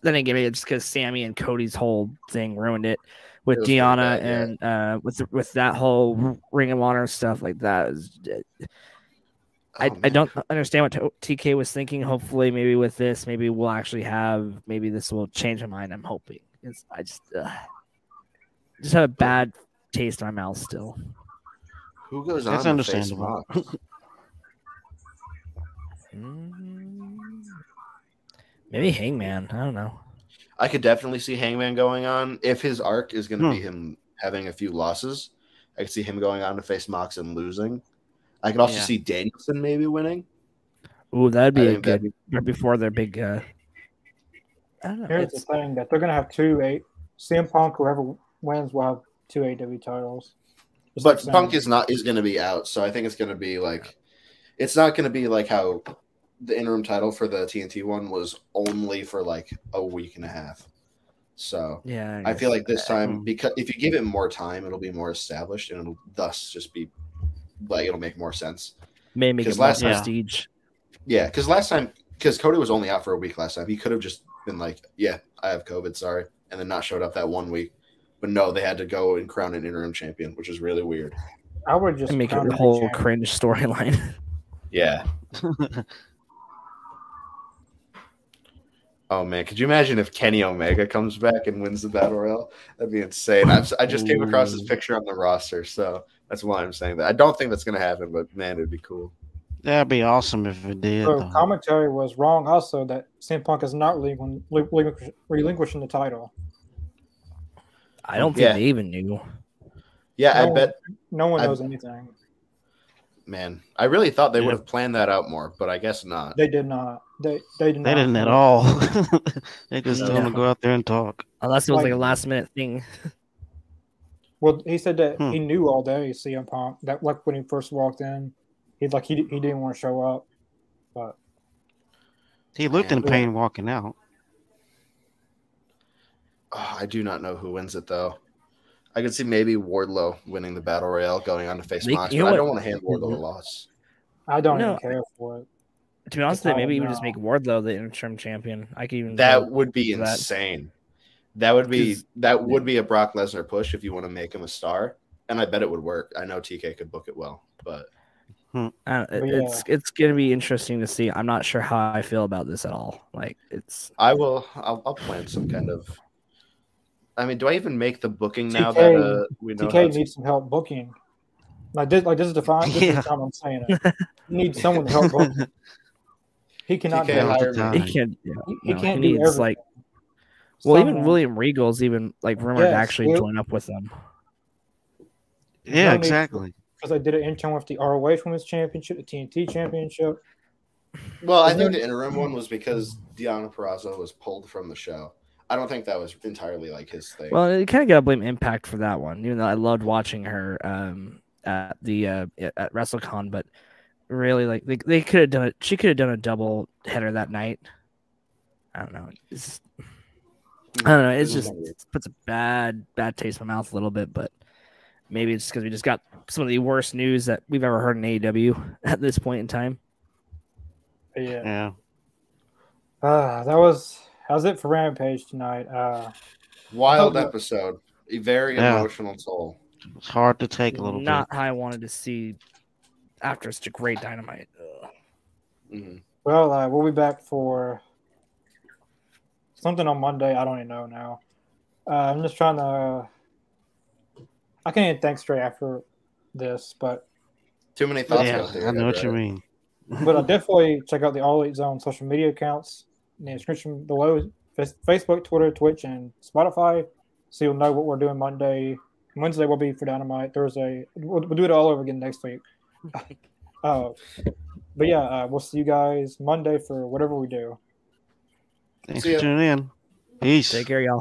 Speaker 3: then again, maybe it's because Sammy and Cody's whole thing ruined it with
Speaker 5: It was really
Speaker 3: Deanna
Speaker 5: bad, yeah.
Speaker 3: and uh, with with that whole Ring of Honor stuff like that. It was- I,
Speaker 5: Oh,
Speaker 3: I
Speaker 5: man.
Speaker 3: don't understand what T- TK was thinking. Hopefully, maybe with this, maybe we'll actually have maybe this will change my mind. I'm hoping. It's, I just uh, just have a bad taste in my mouth still.
Speaker 5: Who goes
Speaker 4: That's
Speaker 5: on? to face
Speaker 4: understandable.
Speaker 5: Mox?
Speaker 3: Mm. Maybe Hangman. I don't know.
Speaker 5: I could definitely see Hangman going on if his arc is going to
Speaker 4: Hmm.
Speaker 5: be him having a few losses. I could see him going on to face Mox and losing. I could also
Speaker 4: Yeah.
Speaker 5: see Danielson maybe winning.
Speaker 3: Ooh, that'd
Speaker 5: I
Speaker 3: be a
Speaker 5: think that'd
Speaker 3: good right before their big. Uh, I don't know.
Speaker 2: Here's
Speaker 3: it's-
Speaker 2: the thing that they're gonna have two eight. CM Punk, whoever wins, will have two AW titles. Just
Speaker 5: But
Speaker 2: like Sammy.
Speaker 5: Punk is not is going to be out, so I think it's going to be like, it's not going to be like how the interim title for the TNT one was only for like a week and a half. So
Speaker 3: yeah,
Speaker 5: I feel
Speaker 3: guess.
Speaker 5: like this time
Speaker 4: Mm.
Speaker 5: because if you give it more time, it'll be more established and it'll thus just be like it'll make more sense.
Speaker 3: may make it
Speaker 5: 'cause
Speaker 3: more
Speaker 5: last
Speaker 4: time-
Speaker 3: prestige.
Speaker 5: Yeah, because last time, because Cody was only out for a week last time, he could have just been like, "Yeah, I have COVID, sorry," and then not showed up that one week. But no, they had to go and crown an interim champion, which is really weird.
Speaker 2: I would just
Speaker 3: And make it
Speaker 2: count
Speaker 3: a
Speaker 2: the
Speaker 3: whole
Speaker 2: champ.
Speaker 3: cringe storyline.
Speaker 5: Yeah. oh man, could you imagine if Kenny Omega comes back and wins the battle royal? That'd be insane. I've, I just came across this
Speaker 4: Ooh.
Speaker 5: picture on the roster, so that's why I'm saying that. I don't think that's gonna happen, but man, it'd be cool.
Speaker 4: That'd be awesome if it did.
Speaker 2: So
Speaker 4: though.
Speaker 2: commentary was wrong. Also, that CM Punk is not relinqu- relinquish- relinquishing the title.
Speaker 3: I don't think
Speaker 5: Yeah.
Speaker 3: they even knew.
Speaker 5: Yeah,
Speaker 2: No.
Speaker 5: I bet.
Speaker 2: No one
Speaker 5: I-
Speaker 2: knows anything.
Speaker 5: Man, I really thought they
Speaker 4: Yeah.
Speaker 5: would have planned that out more, but I guess not.
Speaker 2: They did not. They they did
Speaker 4: They
Speaker 2: not.
Speaker 4: didn't at all. they just told him
Speaker 3: No.
Speaker 4: to go out there and talk.
Speaker 3: Unless it was like,
Speaker 2: Like-
Speaker 3: a last minute thing.
Speaker 2: Well, he said that
Speaker 4: Hmm.
Speaker 2: he knew all day CM Punk. That like when he first walked in, he like he he didn't want to show up.
Speaker 4: He looked in
Speaker 2: Yeah.
Speaker 4: pain walking out.
Speaker 5: Oh, I do not know who wins it though. I could see maybe Wardlow winning the battle royale, going on to face
Speaker 3: They-
Speaker 5: Mox,
Speaker 3: you know
Speaker 5: but I
Speaker 3: what- Mm-hmm.
Speaker 5: don't want to hand Wardlow a loss.
Speaker 2: I don't
Speaker 3: No,
Speaker 2: even care for it.
Speaker 3: To be honest, with you,
Speaker 2: I
Speaker 3: maybe
Speaker 2: don't
Speaker 3: even just
Speaker 2: know.
Speaker 3: make Wardlow the interim champion. I could even
Speaker 5: That would be
Speaker 3: Mm-hmm. That-
Speaker 5: insane. That would be
Speaker 3: 'Cause-
Speaker 5: that would be a Brock Lesnar push if you want to make him a star, and I bet it would work. I know TK could book it well, but
Speaker 3: I don't- it-
Speaker 2: But
Speaker 3: it's it's gonna be interesting to see. I'm not sure how I feel about this at all. Like it's
Speaker 5: I will. I'll, I'll plan some kind of. I mean, do I even make the booking now
Speaker 2: TK
Speaker 5: that uh, we know? how
Speaker 2: TK
Speaker 5: to-
Speaker 2: needs some help booking. Like this, like this is the fine. This
Speaker 4: Yeah.
Speaker 2: is the time I'm saying it. He needs someone to help book. him. He cannot.
Speaker 5: TK
Speaker 2: do
Speaker 4: Now's
Speaker 2: it.
Speaker 5: hired
Speaker 4: the
Speaker 5: me.
Speaker 4: time.
Speaker 3: he can't. yeah,
Speaker 2: He, he
Speaker 3: no,
Speaker 2: can't
Speaker 3: he
Speaker 2: do
Speaker 3: needs,
Speaker 2: everything.
Speaker 3: like well, even
Speaker 2: Someone-
Speaker 3: William Regal's even like rumored to
Speaker 2: Yes,
Speaker 3: actually
Speaker 2: Wil-
Speaker 3: join up with them.
Speaker 4: Yeah,
Speaker 2: No need-
Speaker 4: exactly.
Speaker 2: because I did an intern with the ROH Women's Championship, the TNT Championship.
Speaker 5: Well, I
Speaker 2: Mhm.
Speaker 5: think the interim one was because Deanna Perrazzo was pulled from the show. I don't think that was entirely like his thing.
Speaker 3: Well, you kind of gotta blame Impact for that one, even though I loved watching her um, at the uh, at WrestleCon. But really, like they, they could have done it. She could have done a double header that night. I don't know. It's, I don't know. It's just it puts a bad bad taste in my mouth a little bit, but maybe it's because we just got some of the worst news that we've ever heard in AEW at this point in time.
Speaker 2: But yeah,
Speaker 4: Yeah.
Speaker 2: uh, that was that was it for Rampage tonight. Uh,
Speaker 5: Wild
Speaker 2: Oh, yeah.
Speaker 5: episode. A very
Speaker 4: Yeah.
Speaker 5: emotional soul.
Speaker 4: It's hard to take a little
Speaker 3: Not how I wanted to see after such a great dynamite. Ugh.
Speaker 5: Mhm.
Speaker 2: well, uh, we'll be back for something on Monday. I don't even know now. Uh, I'm just trying to. I can't even think straight after this, but
Speaker 5: Too many
Speaker 4: bit.
Speaker 5: thoughts
Speaker 4: Yeah,
Speaker 5: out there.
Speaker 4: I know what you
Speaker 5: right?
Speaker 4: mean.
Speaker 2: but I definitely check out the All Elite Zone social media accounts in the description below Fa- Facebook, Twitter, Twitch, and Spotify. So you'll know what we're doing Monday. Wednesday will be for Dynamite. Thursday, we'll, we'll do it all over again next week. uh, but yeah, uh, we'll see you guys Monday for whatever we do.
Speaker 4: Thanks
Speaker 5: See
Speaker 4: for
Speaker 5: ya.
Speaker 4: tuning in. Peace.
Speaker 3: Take care, y'all.